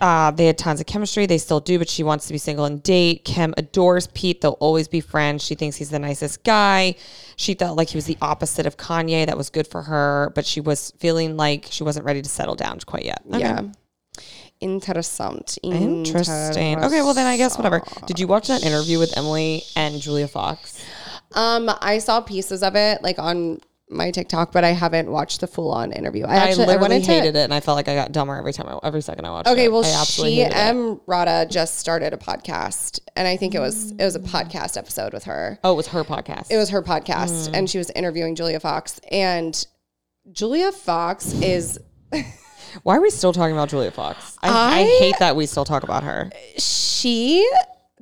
Speaker 1: Uh, they had tons of chemistry. They still do, but she wants to be single and date. Kim adores Pete. They'll always be friends. She thinks he's the nicest guy. She felt like he was the opposite of Kanye. That was good for her, but she was feeling like she wasn't ready to settle down quite yet. Okay.
Speaker 2: Yeah. Interessant.
Speaker 1: Interesting. Okay, well then I guess whatever. Did you watch that interview with Emily and Julia Fox?
Speaker 2: Um, I saw pieces of it like on my TikTok, but I haven't watched the full on interview. I
Speaker 1: I
Speaker 2: actually I,
Speaker 1: literally
Speaker 2: wanted to.
Speaker 1: hated it, and I felt like I got dumber every time, I, every second I watched it.
Speaker 2: Okay, well,
Speaker 1: I
Speaker 2: she
Speaker 1: hated it.
Speaker 2: M. Rada just started a podcast, and I think it was it was a podcast episode with her.
Speaker 1: Oh, it was her podcast.
Speaker 2: It was her podcast,
Speaker 1: Mm.
Speaker 2: and she was interviewing Julia Fox, and Julia Fox is
Speaker 1: Why are we still talking about Julia Fox? I, I,
Speaker 2: I-
Speaker 1: hate that we still talk about her.
Speaker 2: she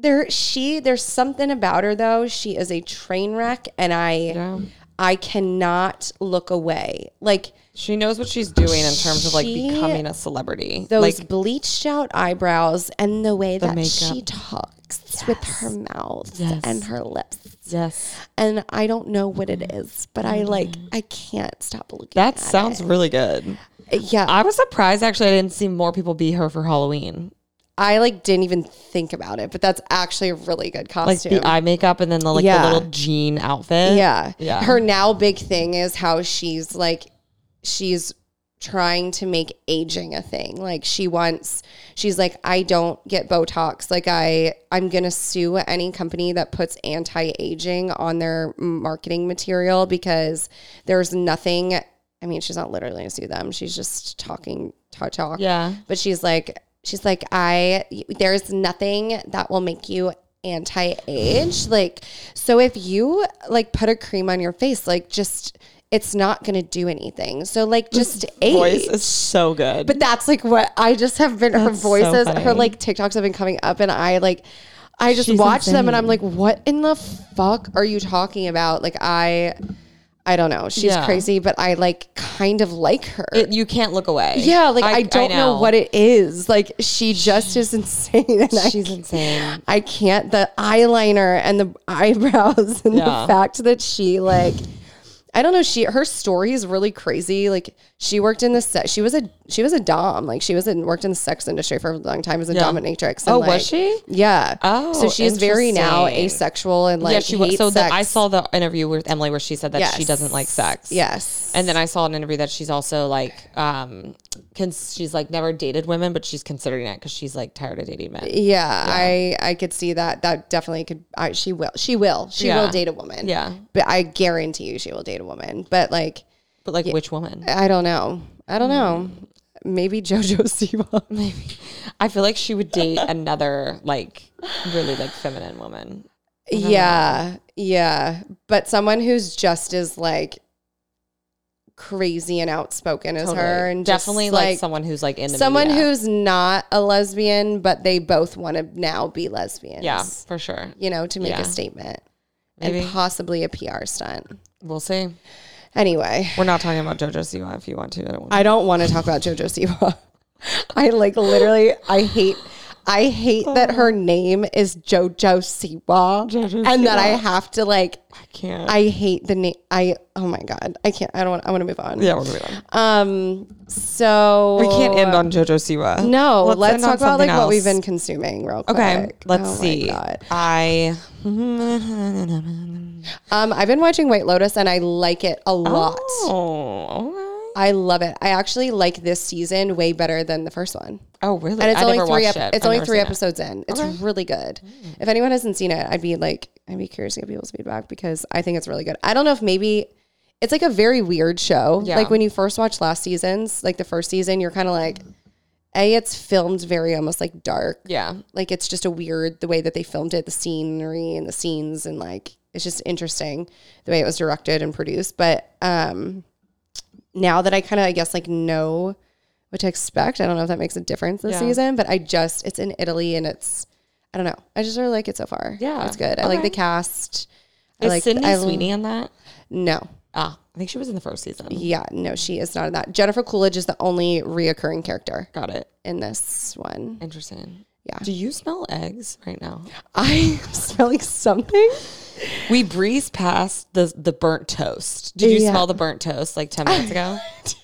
Speaker 2: there she there's something about her though she is a train wreck and i
Speaker 1: Yeah.
Speaker 2: i cannot look away like
Speaker 1: She knows what she's doing in terms of like
Speaker 2: She-
Speaker 1: becoming a celebrity.
Speaker 2: those
Speaker 1: like
Speaker 2: bleached out eyebrows and the way that
Speaker 1: makeup.
Speaker 2: she talks with her mouth
Speaker 1: Yes.
Speaker 2: and her lips
Speaker 1: yes,
Speaker 2: and i don't know what it is but i like i can't stop looking
Speaker 1: Mm. that
Speaker 2: at
Speaker 1: sounds really good.
Speaker 2: it. yeah I,
Speaker 1: I was surprised actually. I didn't see more people be her for Halloween,
Speaker 2: like didn't even think about it but that's actually a really good
Speaker 1: like
Speaker 2: costume
Speaker 1: the eye makeup and then the like
Speaker 2: Yeah.
Speaker 1: the little jean outfit.
Speaker 2: Yeah.
Speaker 1: Yeah.
Speaker 2: Her now big thing is how she's like she's trying to make aging a thing. Like she wants she's like I don't get botox. Like I I'm going to sue any company that puts anti-aging on their marketing material because there's nothing I mean, she's not literally going to sue them. She's just talking talk talk.
Speaker 1: Yeah.
Speaker 2: But she's like she's like I there's nothing that will make you anti-age like so if you like put a cream on your face like just it's not going to do anything. So like just
Speaker 1: voice
Speaker 2: age.
Speaker 1: is so good.
Speaker 2: But that's like what I just have been her
Speaker 1: That's so
Speaker 2: voices her
Speaker 1: funny.
Speaker 2: like TikToks have been coming up and I like I just
Speaker 1: She's
Speaker 2: watch them and I'm like
Speaker 1: insane.
Speaker 2: what in the fuck are you talking about? Like I I don't know. She's
Speaker 1: Yeah.
Speaker 2: crazy, but I like kind of like her.
Speaker 1: It- you can't look away.
Speaker 2: Yeah, like I, don't know. what it is. Like she just is insane. And
Speaker 1: She's
Speaker 2: I,
Speaker 1: insane.
Speaker 2: I can't. The eyeliner and the eyebrows and
Speaker 1: Yeah.
Speaker 2: the fact that she like. I don't know. She her story is really crazy. Like she worked in the sex. She was a she was a dom. Like she was in, worked in the sex industry for a long time as a dominatrix. and,
Speaker 1: Oh, was
Speaker 2: like-
Speaker 1: she?
Speaker 2: Yeah.
Speaker 1: Oh,
Speaker 2: so she is very now
Speaker 1: interesting.
Speaker 2: asexual and like
Speaker 1: yeah, she was.
Speaker 2: hates
Speaker 1: So the,
Speaker 2: sex.
Speaker 1: I saw the interview with Emily where she said that she
Speaker 2: Yes.
Speaker 1: doesn't like sex.
Speaker 2: Yes.
Speaker 1: And then I saw an interview that she's also like, um, cons- she's like never dated women, but she's considering it because she's like tired of dating men.
Speaker 2: Yeah, I I could see that. That definitely could. I, she will. She will. She
Speaker 1: Yeah.
Speaker 2: will date a woman.
Speaker 1: Yeah.
Speaker 2: but I guarantee you, she will date a woman. But like,
Speaker 1: But like, which woman?
Speaker 2: I don't know. I don't know. Maybe JoJo Siwa.
Speaker 1: Mm. Maybe. I feel like she would date another like really like feminine woman.
Speaker 2: yeah, yeah. But someone who's just as like crazy and outspoken as her,
Speaker 1: Totally.
Speaker 2: and just,
Speaker 1: definitely like, someone who's like in the
Speaker 2: someone
Speaker 1: media.
Speaker 2: who's not a lesbian, but they both want to now be lesbians.
Speaker 1: yeah for sure.
Speaker 2: you know, to make
Speaker 1: Yeah.
Speaker 2: a statement
Speaker 1: Maybe
Speaker 2: and possibly a PR stunt.
Speaker 1: we'll see.
Speaker 2: Anyway.
Speaker 1: We're not talking about JoJo Siwa if you want to. I don't want
Speaker 2: I don't want to talk about JoJo Siwa. I like literally. I hate. I hate that her name is JoJo Siwa,
Speaker 1: Oh. JoJo
Speaker 2: and that I have to like.
Speaker 1: I can't.
Speaker 2: I hate the name. I oh my god. I can't. I don't. want I want to move on.
Speaker 1: yeah, we're moving on.
Speaker 2: Um. So
Speaker 1: We can't end on JoJo Siwa.
Speaker 2: No. Let's,
Speaker 1: end on
Speaker 2: talk about like
Speaker 1: something
Speaker 2: what we've
Speaker 1: else.
Speaker 2: been consuming real quick.
Speaker 1: Okay, let's
Speaker 2: Oh my
Speaker 1: see.
Speaker 2: God.
Speaker 1: I
Speaker 2: Um. I've been watching White Lotus, and I like it a lot.
Speaker 1: Oh,
Speaker 2: I love it. I actually like this season way better than the first one.
Speaker 1: oh really?
Speaker 2: and it's
Speaker 1: I
Speaker 2: only
Speaker 1: never
Speaker 2: three.
Speaker 1: watched
Speaker 2: ep-
Speaker 1: it.
Speaker 2: It's
Speaker 1: I've
Speaker 2: only
Speaker 1: never
Speaker 2: three
Speaker 1: seen it. Mm.
Speaker 2: episodes in. It's really good. If anyone hasn't seen it, I'd be like, I'd be curious to get people's feedback because I think it's really good. I don't know if maybe it's like a very weird show.
Speaker 1: Yeah.
Speaker 2: Like when you first watch last season's, like the first season, you're kind of like, a it's filmed very almost like dark.
Speaker 1: Yeah,
Speaker 2: Like it's just a weird the way that they filmed it, the scenery and the scenes, and like it's just interesting the way it was directed and produced. But um, now that I kind of, I guess, like know what to expect. I don't know if that makes a difference this
Speaker 1: Yeah.
Speaker 2: season, but I just it's in Italy and it's I don't know. I just really like it so far.
Speaker 1: Yeah.
Speaker 2: it's good. I like
Speaker 1: Okay.
Speaker 2: the cast.
Speaker 1: is
Speaker 2: I like
Speaker 1: Sydney
Speaker 2: I,
Speaker 1: Sweeney in that?
Speaker 2: No,
Speaker 1: Ah, I think she was in the first season.
Speaker 2: Yeah, no, she is not in that. Jennifer Coolidge is the only reoccurring character
Speaker 1: Got it.
Speaker 2: in this one.
Speaker 1: Interesting.
Speaker 2: Yeah.
Speaker 1: Do you smell eggs right now?
Speaker 2: I am smelling something.
Speaker 1: We breezed past the the burnt toast. Did you
Speaker 2: Yeah.
Speaker 1: smell the burnt toast like ten minutes ago?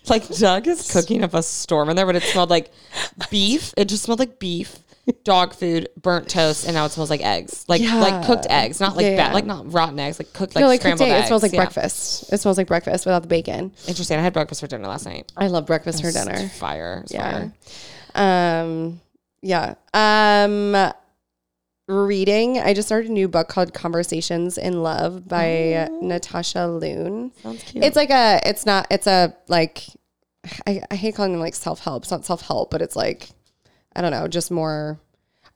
Speaker 1: like Doug is cooking up a storm in there, but it smelled like beef. It just smelled like beef, dog food, burnt toast, and now it smells like eggs, like like cooked eggs, not like
Speaker 2: Yeah,
Speaker 1: bad,
Speaker 2: yeah.
Speaker 1: like not rotten eggs, like cooked like
Speaker 2: no, like cooked
Speaker 1: scrambled
Speaker 2: egg,
Speaker 1: eggs.
Speaker 2: It smells like
Speaker 1: Yeah.
Speaker 2: breakfast. It smells like breakfast without the bacon.
Speaker 1: Interesting. I had breakfast for dinner last night.
Speaker 2: I love breakfast for
Speaker 1: It's
Speaker 2: dinner.
Speaker 1: Fire. It's
Speaker 2: Yeah.
Speaker 1: Fire.
Speaker 2: Um, yeah. Um, reading. I just started a new book called Conversations in Love by Natasha Loon.
Speaker 1: Oh. Sounds cute.
Speaker 2: It's like a. It's not. It's a like. I, I hate calling them like self help. It's not self help, but it's like I don't know, just more.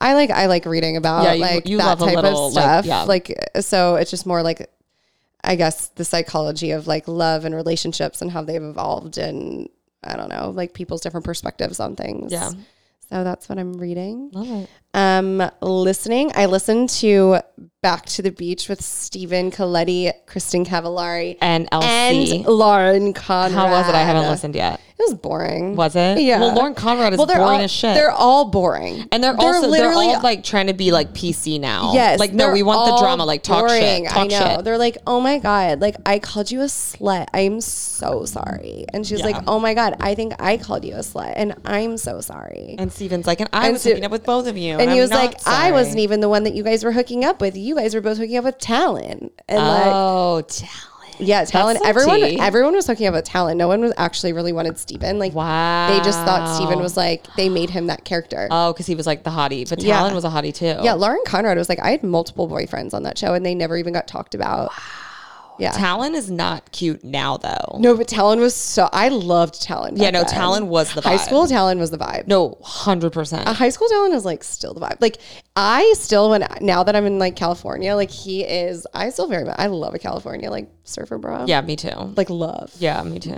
Speaker 2: I like I like reading about
Speaker 1: Yeah, you-
Speaker 2: like
Speaker 1: you
Speaker 2: that
Speaker 1: love a
Speaker 2: type
Speaker 1: little,
Speaker 2: of
Speaker 1: like,
Speaker 2: stuff. Like,
Speaker 1: yeah.
Speaker 2: so, it's just more like I guess the psychology of like love and relationships and how they've evolved and I don't know, like people's different perspectives on things.
Speaker 1: Yeah.
Speaker 2: So that's what I'm reading.
Speaker 1: Love it.
Speaker 2: Um, listening. I listened to Back to the Beach with Stephen Coletti, Kristen Cavallari,
Speaker 1: And
Speaker 2: and
Speaker 1: Elsie.
Speaker 2: Lauren Conrad.
Speaker 1: How was it? I haven't listened yet.
Speaker 2: It was boring.
Speaker 1: Was it?
Speaker 2: Yeah.
Speaker 1: Well, Lauren Conrad is
Speaker 2: Well, they're
Speaker 1: boring
Speaker 2: all
Speaker 1: as shit.
Speaker 2: they're all boring,
Speaker 1: And they're, also they're all like trying to be like PC now.
Speaker 2: yes,
Speaker 1: Like no,
Speaker 2: they're
Speaker 1: we want the
Speaker 2: all
Speaker 1: drama. Like talk
Speaker 2: boring.
Speaker 1: shit. Talk
Speaker 2: I know.
Speaker 1: shit.
Speaker 2: They're like, oh my god, like I called you a slut. I'm so sorry. And she's like, oh my god, I think I called you a slut, and I'm so sorry. And,
Speaker 1: And Steven's like, and I was
Speaker 2: Ste-
Speaker 1: hooking up with both of you. And,
Speaker 2: he
Speaker 1: I'm
Speaker 2: was
Speaker 1: not
Speaker 2: like, I
Speaker 1: sorry."
Speaker 2: wasn't even the one that you guys were hooking up with. You guys were both hooking up with Talon, and like.
Speaker 1: Oh, talent.
Speaker 2: Yeah, Talon.
Speaker 1: some
Speaker 2: Everyone,
Speaker 1: tea.
Speaker 2: everyone was hooking up with Talon. No one was actually really wanted Steven. Like,
Speaker 1: Wow.
Speaker 2: they just thought Steven was like they made him that character.
Speaker 1: Oh, because he was like the hottie, but
Speaker 2: Yeah.
Speaker 1: Talon was a hottie too.
Speaker 2: Yeah, Lauren Conrad was like, I had multiple boyfriends on that show, and they never even got talked about. Yeah.
Speaker 1: Talon is not cute now though.
Speaker 2: no, but Talon was so. I loved Talon. back
Speaker 1: yeah, no,
Speaker 2: then.
Speaker 1: Talon was the vibe.
Speaker 2: High school Talon was the vibe.
Speaker 1: No, hundred percent.
Speaker 2: Uh, High school Talon is like still the vibe. Like I still when now that I'm in like California, like he is. I still very much. I love a California like surfer bra.
Speaker 1: Yeah, me too.
Speaker 2: Like love.
Speaker 1: Yeah, me too.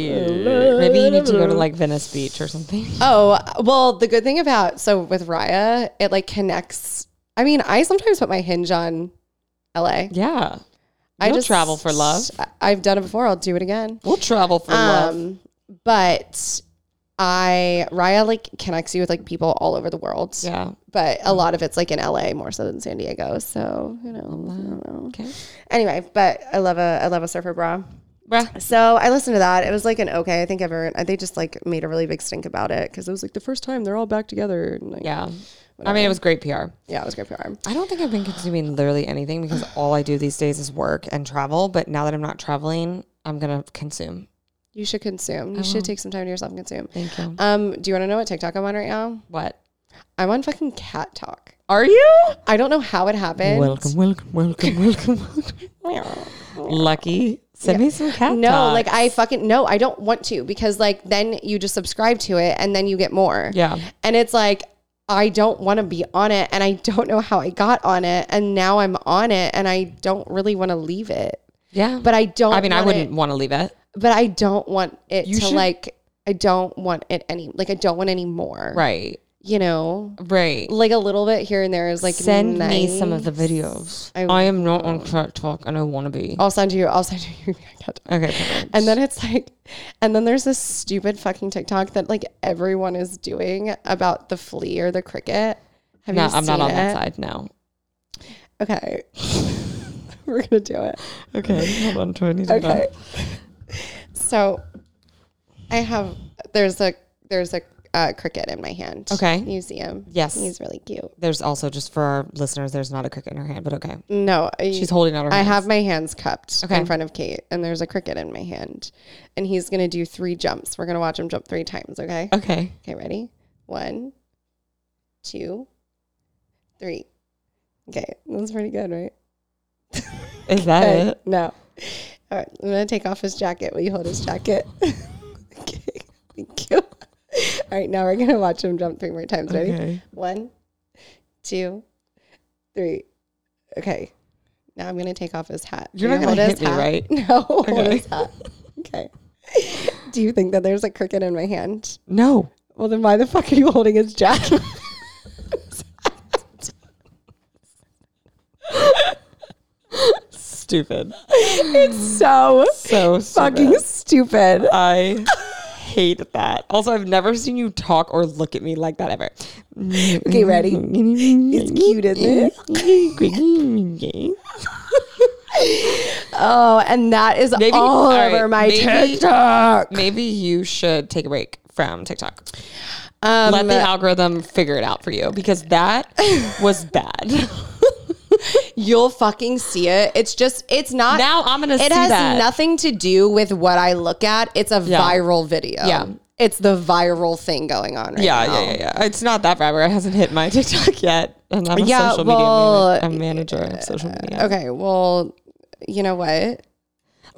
Speaker 1: Maybe you need to go to like Venice Beach or something.
Speaker 2: Oh well, the good thing about so with Raya, it like connects. I mean, I sometimes put my hinge on. LA.
Speaker 1: Yeah,
Speaker 2: I
Speaker 1: You'll travel for love.
Speaker 2: I- I've done it before. I'll do it again.
Speaker 1: we'll travel for love.
Speaker 2: Um, but I Raya like connects you with like people all over the world.
Speaker 1: Yeah.
Speaker 2: But a lot of it's like in LA more so than San Diego. So you know, I don't know.
Speaker 1: Okay.
Speaker 2: Anyway, but I love a I love a surfer bra.
Speaker 1: Bruh.
Speaker 2: So I listened to that. It was like an okay. I think everyone they just like made a really big stink about it because it was like the first time they're all back together. And like,
Speaker 1: Yeah. I mean, it was great PR.
Speaker 2: yeah, it was great PR.
Speaker 1: I don't think I've been consuming literally anything because all I do these days is work and travel. But now that I'm not traveling, I'm gonna consume.
Speaker 2: You should consume. You should take some time to yourself and consume.
Speaker 1: Oh. Thank you.
Speaker 2: Um, do you want to know what TikTok I'm on right now?
Speaker 1: What
Speaker 2: I'm on fucking cat talk.
Speaker 1: are you?
Speaker 2: I don't know how it happened.
Speaker 1: welcome, welcome, welcome, welcome. Lucky, send me some cat.
Speaker 2: No,
Speaker 1: talk.
Speaker 2: like I fucking no, I don't want to because like then you just subscribe to it and then you get more.
Speaker 1: Yeah.
Speaker 2: And it's like I don't want to be on it and I don't know how I got on it and now I'm on it and I don't really want to leave it.
Speaker 1: yeah.
Speaker 2: But I don't
Speaker 1: I mean, I
Speaker 2: want
Speaker 1: wouldn't
Speaker 2: it-
Speaker 1: want to leave it.
Speaker 2: but I don't want it
Speaker 1: You
Speaker 2: to
Speaker 1: should-
Speaker 2: like I don't want it any like I don't want any more.
Speaker 1: Right,
Speaker 2: You know?
Speaker 1: right.
Speaker 2: Like a little bit here and there is like
Speaker 1: send
Speaker 2: nice.
Speaker 1: me some of the videos.
Speaker 2: I- Oh.
Speaker 1: I, am not on cat talk, and I want to be.
Speaker 2: I'll send you I'll send you
Speaker 1: Okay. perfect.
Speaker 2: And then it's like, and then there's this stupid fucking TikTok that like everyone is doing about the flea or the cricket. Have
Speaker 1: No,
Speaker 2: you
Speaker 1: I'm not
Speaker 2: seen
Speaker 1: on
Speaker 2: it?
Speaker 1: that side. No.
Speaker 2: Okay. We're going to do it.
Speaker 1: Okay. Hold on. Do I need
Speaker 2: Okay. So I have, there's a, there's a uh, cricket in my hand.
Speaker 1: Okay.
Speaker 2: You see him.
Speaker 1: Yes.
Speaker 2: He's really cute.
Speaker 1: There's also just for our listeners, there's not a cricket in her hand, but okay.
Speaker 2: No, I-
Speaker 1: She's holding out her.
Speaker 2: I
Speaker 1: hand.
Speaker 2: have my hands cupped
Speaker 1: Okay.
Speaker 2: in front of Kate, and there's a cricket in my hand, and he's gonna do three jumps. We're gonna watch him jump three times, okay?
Speaker 1: Okay.
Speaker 2: Okay, ready? One, two, three. Okay, that's pretty good, right?
Speaker 1: Is that
Speaker 2: Okay,
Speaker 1: it?
Speaker 2: no. All right, I'm gonna take off his jacket. Will you hold his jacket? okay, thank you. All right, now we're gonna watch him jump three more times. Ready?
Speaker 1: Okay.
Speaker 2: One, two, three. Okay, now I'm gonna take off his hat.
Speaker 1: You're
Speaker 2: Will you
Speaker 1: not gonna
Speaker 2: hold
Speaker 1: hit me, right?
Speaker 2: No, hold
Speaker 1: Okay.
Speaker 2: his hat. Okay. Do you think that there's a cricket in my hand?
Speaker 1: No.
Speaker 2: Well, then why the fuck are you holding his jacket?
Speaker 4: stupid.
Speaker 5: So
Speaker 4: So stupid.
Speaker 5: fucking stupid.
Speaker 4: I hate that. Also, I've never seen you talk or look at me like that ever.
Speaker 5: Okay,
Speaker 1: Mm-hmm.
Speaker 5: ready? It's cute, isn't it? Oh, and that is
Speaker 1: Maybe-
Speaker 5: all
Speaker 1: all right,
Speaker 5: over my
Speaker 1: maybe-
Speaker 5: TikTok.
Speaker 1: Maybe you should take a break from TikTok.
Speaker 2: Um,
Speaker 5: Um,
Speaker 1: Let the
Speaker 5: uh,
Speaker 1: algorithm figure it out for you because that was bad.
Speaker 2: You'll fucking see it. It's just, it's not.
Speaker 1: Now I'm gonna
Speaker 2: It
Speaker 1: see
Speaker 2: has
Speaker 1: that.
Speaker 2: nothing to do with what I look at. It's a viral video.
Speaker 1: Yeah.
Speaker 2: It's the viral thing going on right
Speaker 1: yeah,
Speaker 2: now.
Speaker 1: yeah, yeah, yeah. It's not that bad. where It hasn't hit my TikTok yet, and I'm a
Speaker 2: Yeah,
Speaker 1: social
Speaker 2: well,
Speaker 1: media man- a manager of social media.
Speaker 2: Okay. Well, you know what?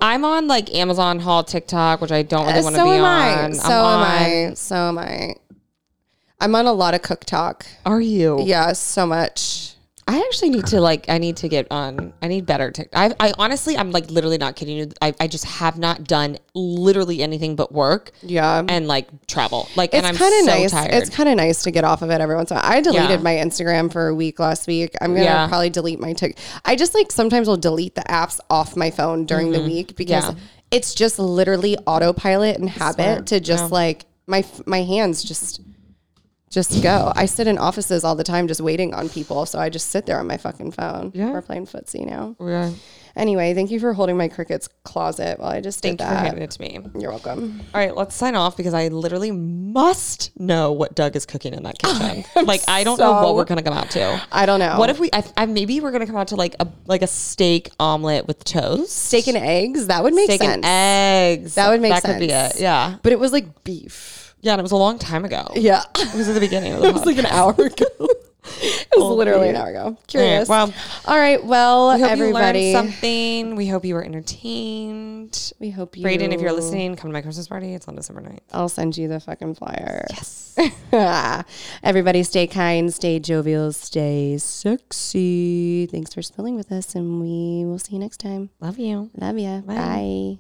Speaker 1: I'm on like Amazon Haul TikTok, which I don't really want to
Speaker 2: Uh, so
Speaker 1: be
Speaker 2: am I.
Speaker 1: on.
Speaker 2: So am I. So am I. I'm on a lot of cook talk.
Speaker 1: Are you?
Speaker 2: Yeah, so much.
Speaker 1: I actually need to like. I need to get on. I need better TikTok. I, I honestly, I'm like literally not kidding you. I, I just have not done literally anything but work
Speaker 2: Yeah.
Speaker 1: and like travel. Like, and I'm
Speaker 2: it's kind
Speaker 1: so
Speaker 2: of nice.
Speaker 1: tired.
Speaker 2: It's kind of nice to get off of it every once in a while. I deleted
Speaker 1: Yeah.
Speaker 2: my Instagram for a week last week. I'm gonna
Speaker 1: Yeah.
Speaker 2: probably delete my tick. I just like sometimes will delete the apps off my phone during the week because
Speaker 1: Mm-hmm. Yeah.
Speaker 2: it's just literally autopilot and habit to just like my f- my hands just just go. I sit in offices all the time just waiting on people, so I just sit there on my fucking phone.
Speaker 1: Yeah.
Speaker 2: We're playing footsie now.
Speaker 1: yeah.
Speaker 2: Anyway, thank you for holding my crickets closet while I just did
Speaker 1: Thank you for
Speaker 2: that.
Speaker 1: handing it to me. All
Speaker 2: You're welcome.
Speaker 1: right, let's sign off because I literally must know what Doug is cooking in that kitchen. like, I don't know
Speaker 2: so-
Speaker 1: what we're gonna come out to.
Speaker 2: I don't know.
Speaker 1: What if we? I, I, maybe we're gonna come out to like a like a steak omelet with toast,
Speaker 2: steak and eggs? That would make
Speaker 1: steak
Speaker 2: sense.
Speaker 1: and eggs.
Speaker 2: That would make
Speaker 1: That could be
Speaker 2: sense.
Speaker 1: it. Yeah,
Speaker 2: But it was like beef.
Speaker 1: yeah. And it was a long time ago.
Speaker 2: Yeah.
Speaker 1: It was at the beginning of the podcast.
Speaker 2: an hour ago. it was literally an hour ago. Curious.
Speaker 1: well-
Speaker 2: all right. Well,
Speaker 1: we hope
Speaker 2: everybody.
Speaker 1: you learned something. We hope you were entertained.
Speaker 2: we hope you.
Speaker 1: Brayden, if you're listening, come to my Christmas party. It's on December 9th.
Speaker 2: I'll send you the fucking flyer. Yes. everybody, stay kind, stay jovial, stay sexy. Thanks for spilling with us, and we will see you next time.
Speaker 1: Love you.
Speaker 2: Love ya. Bye.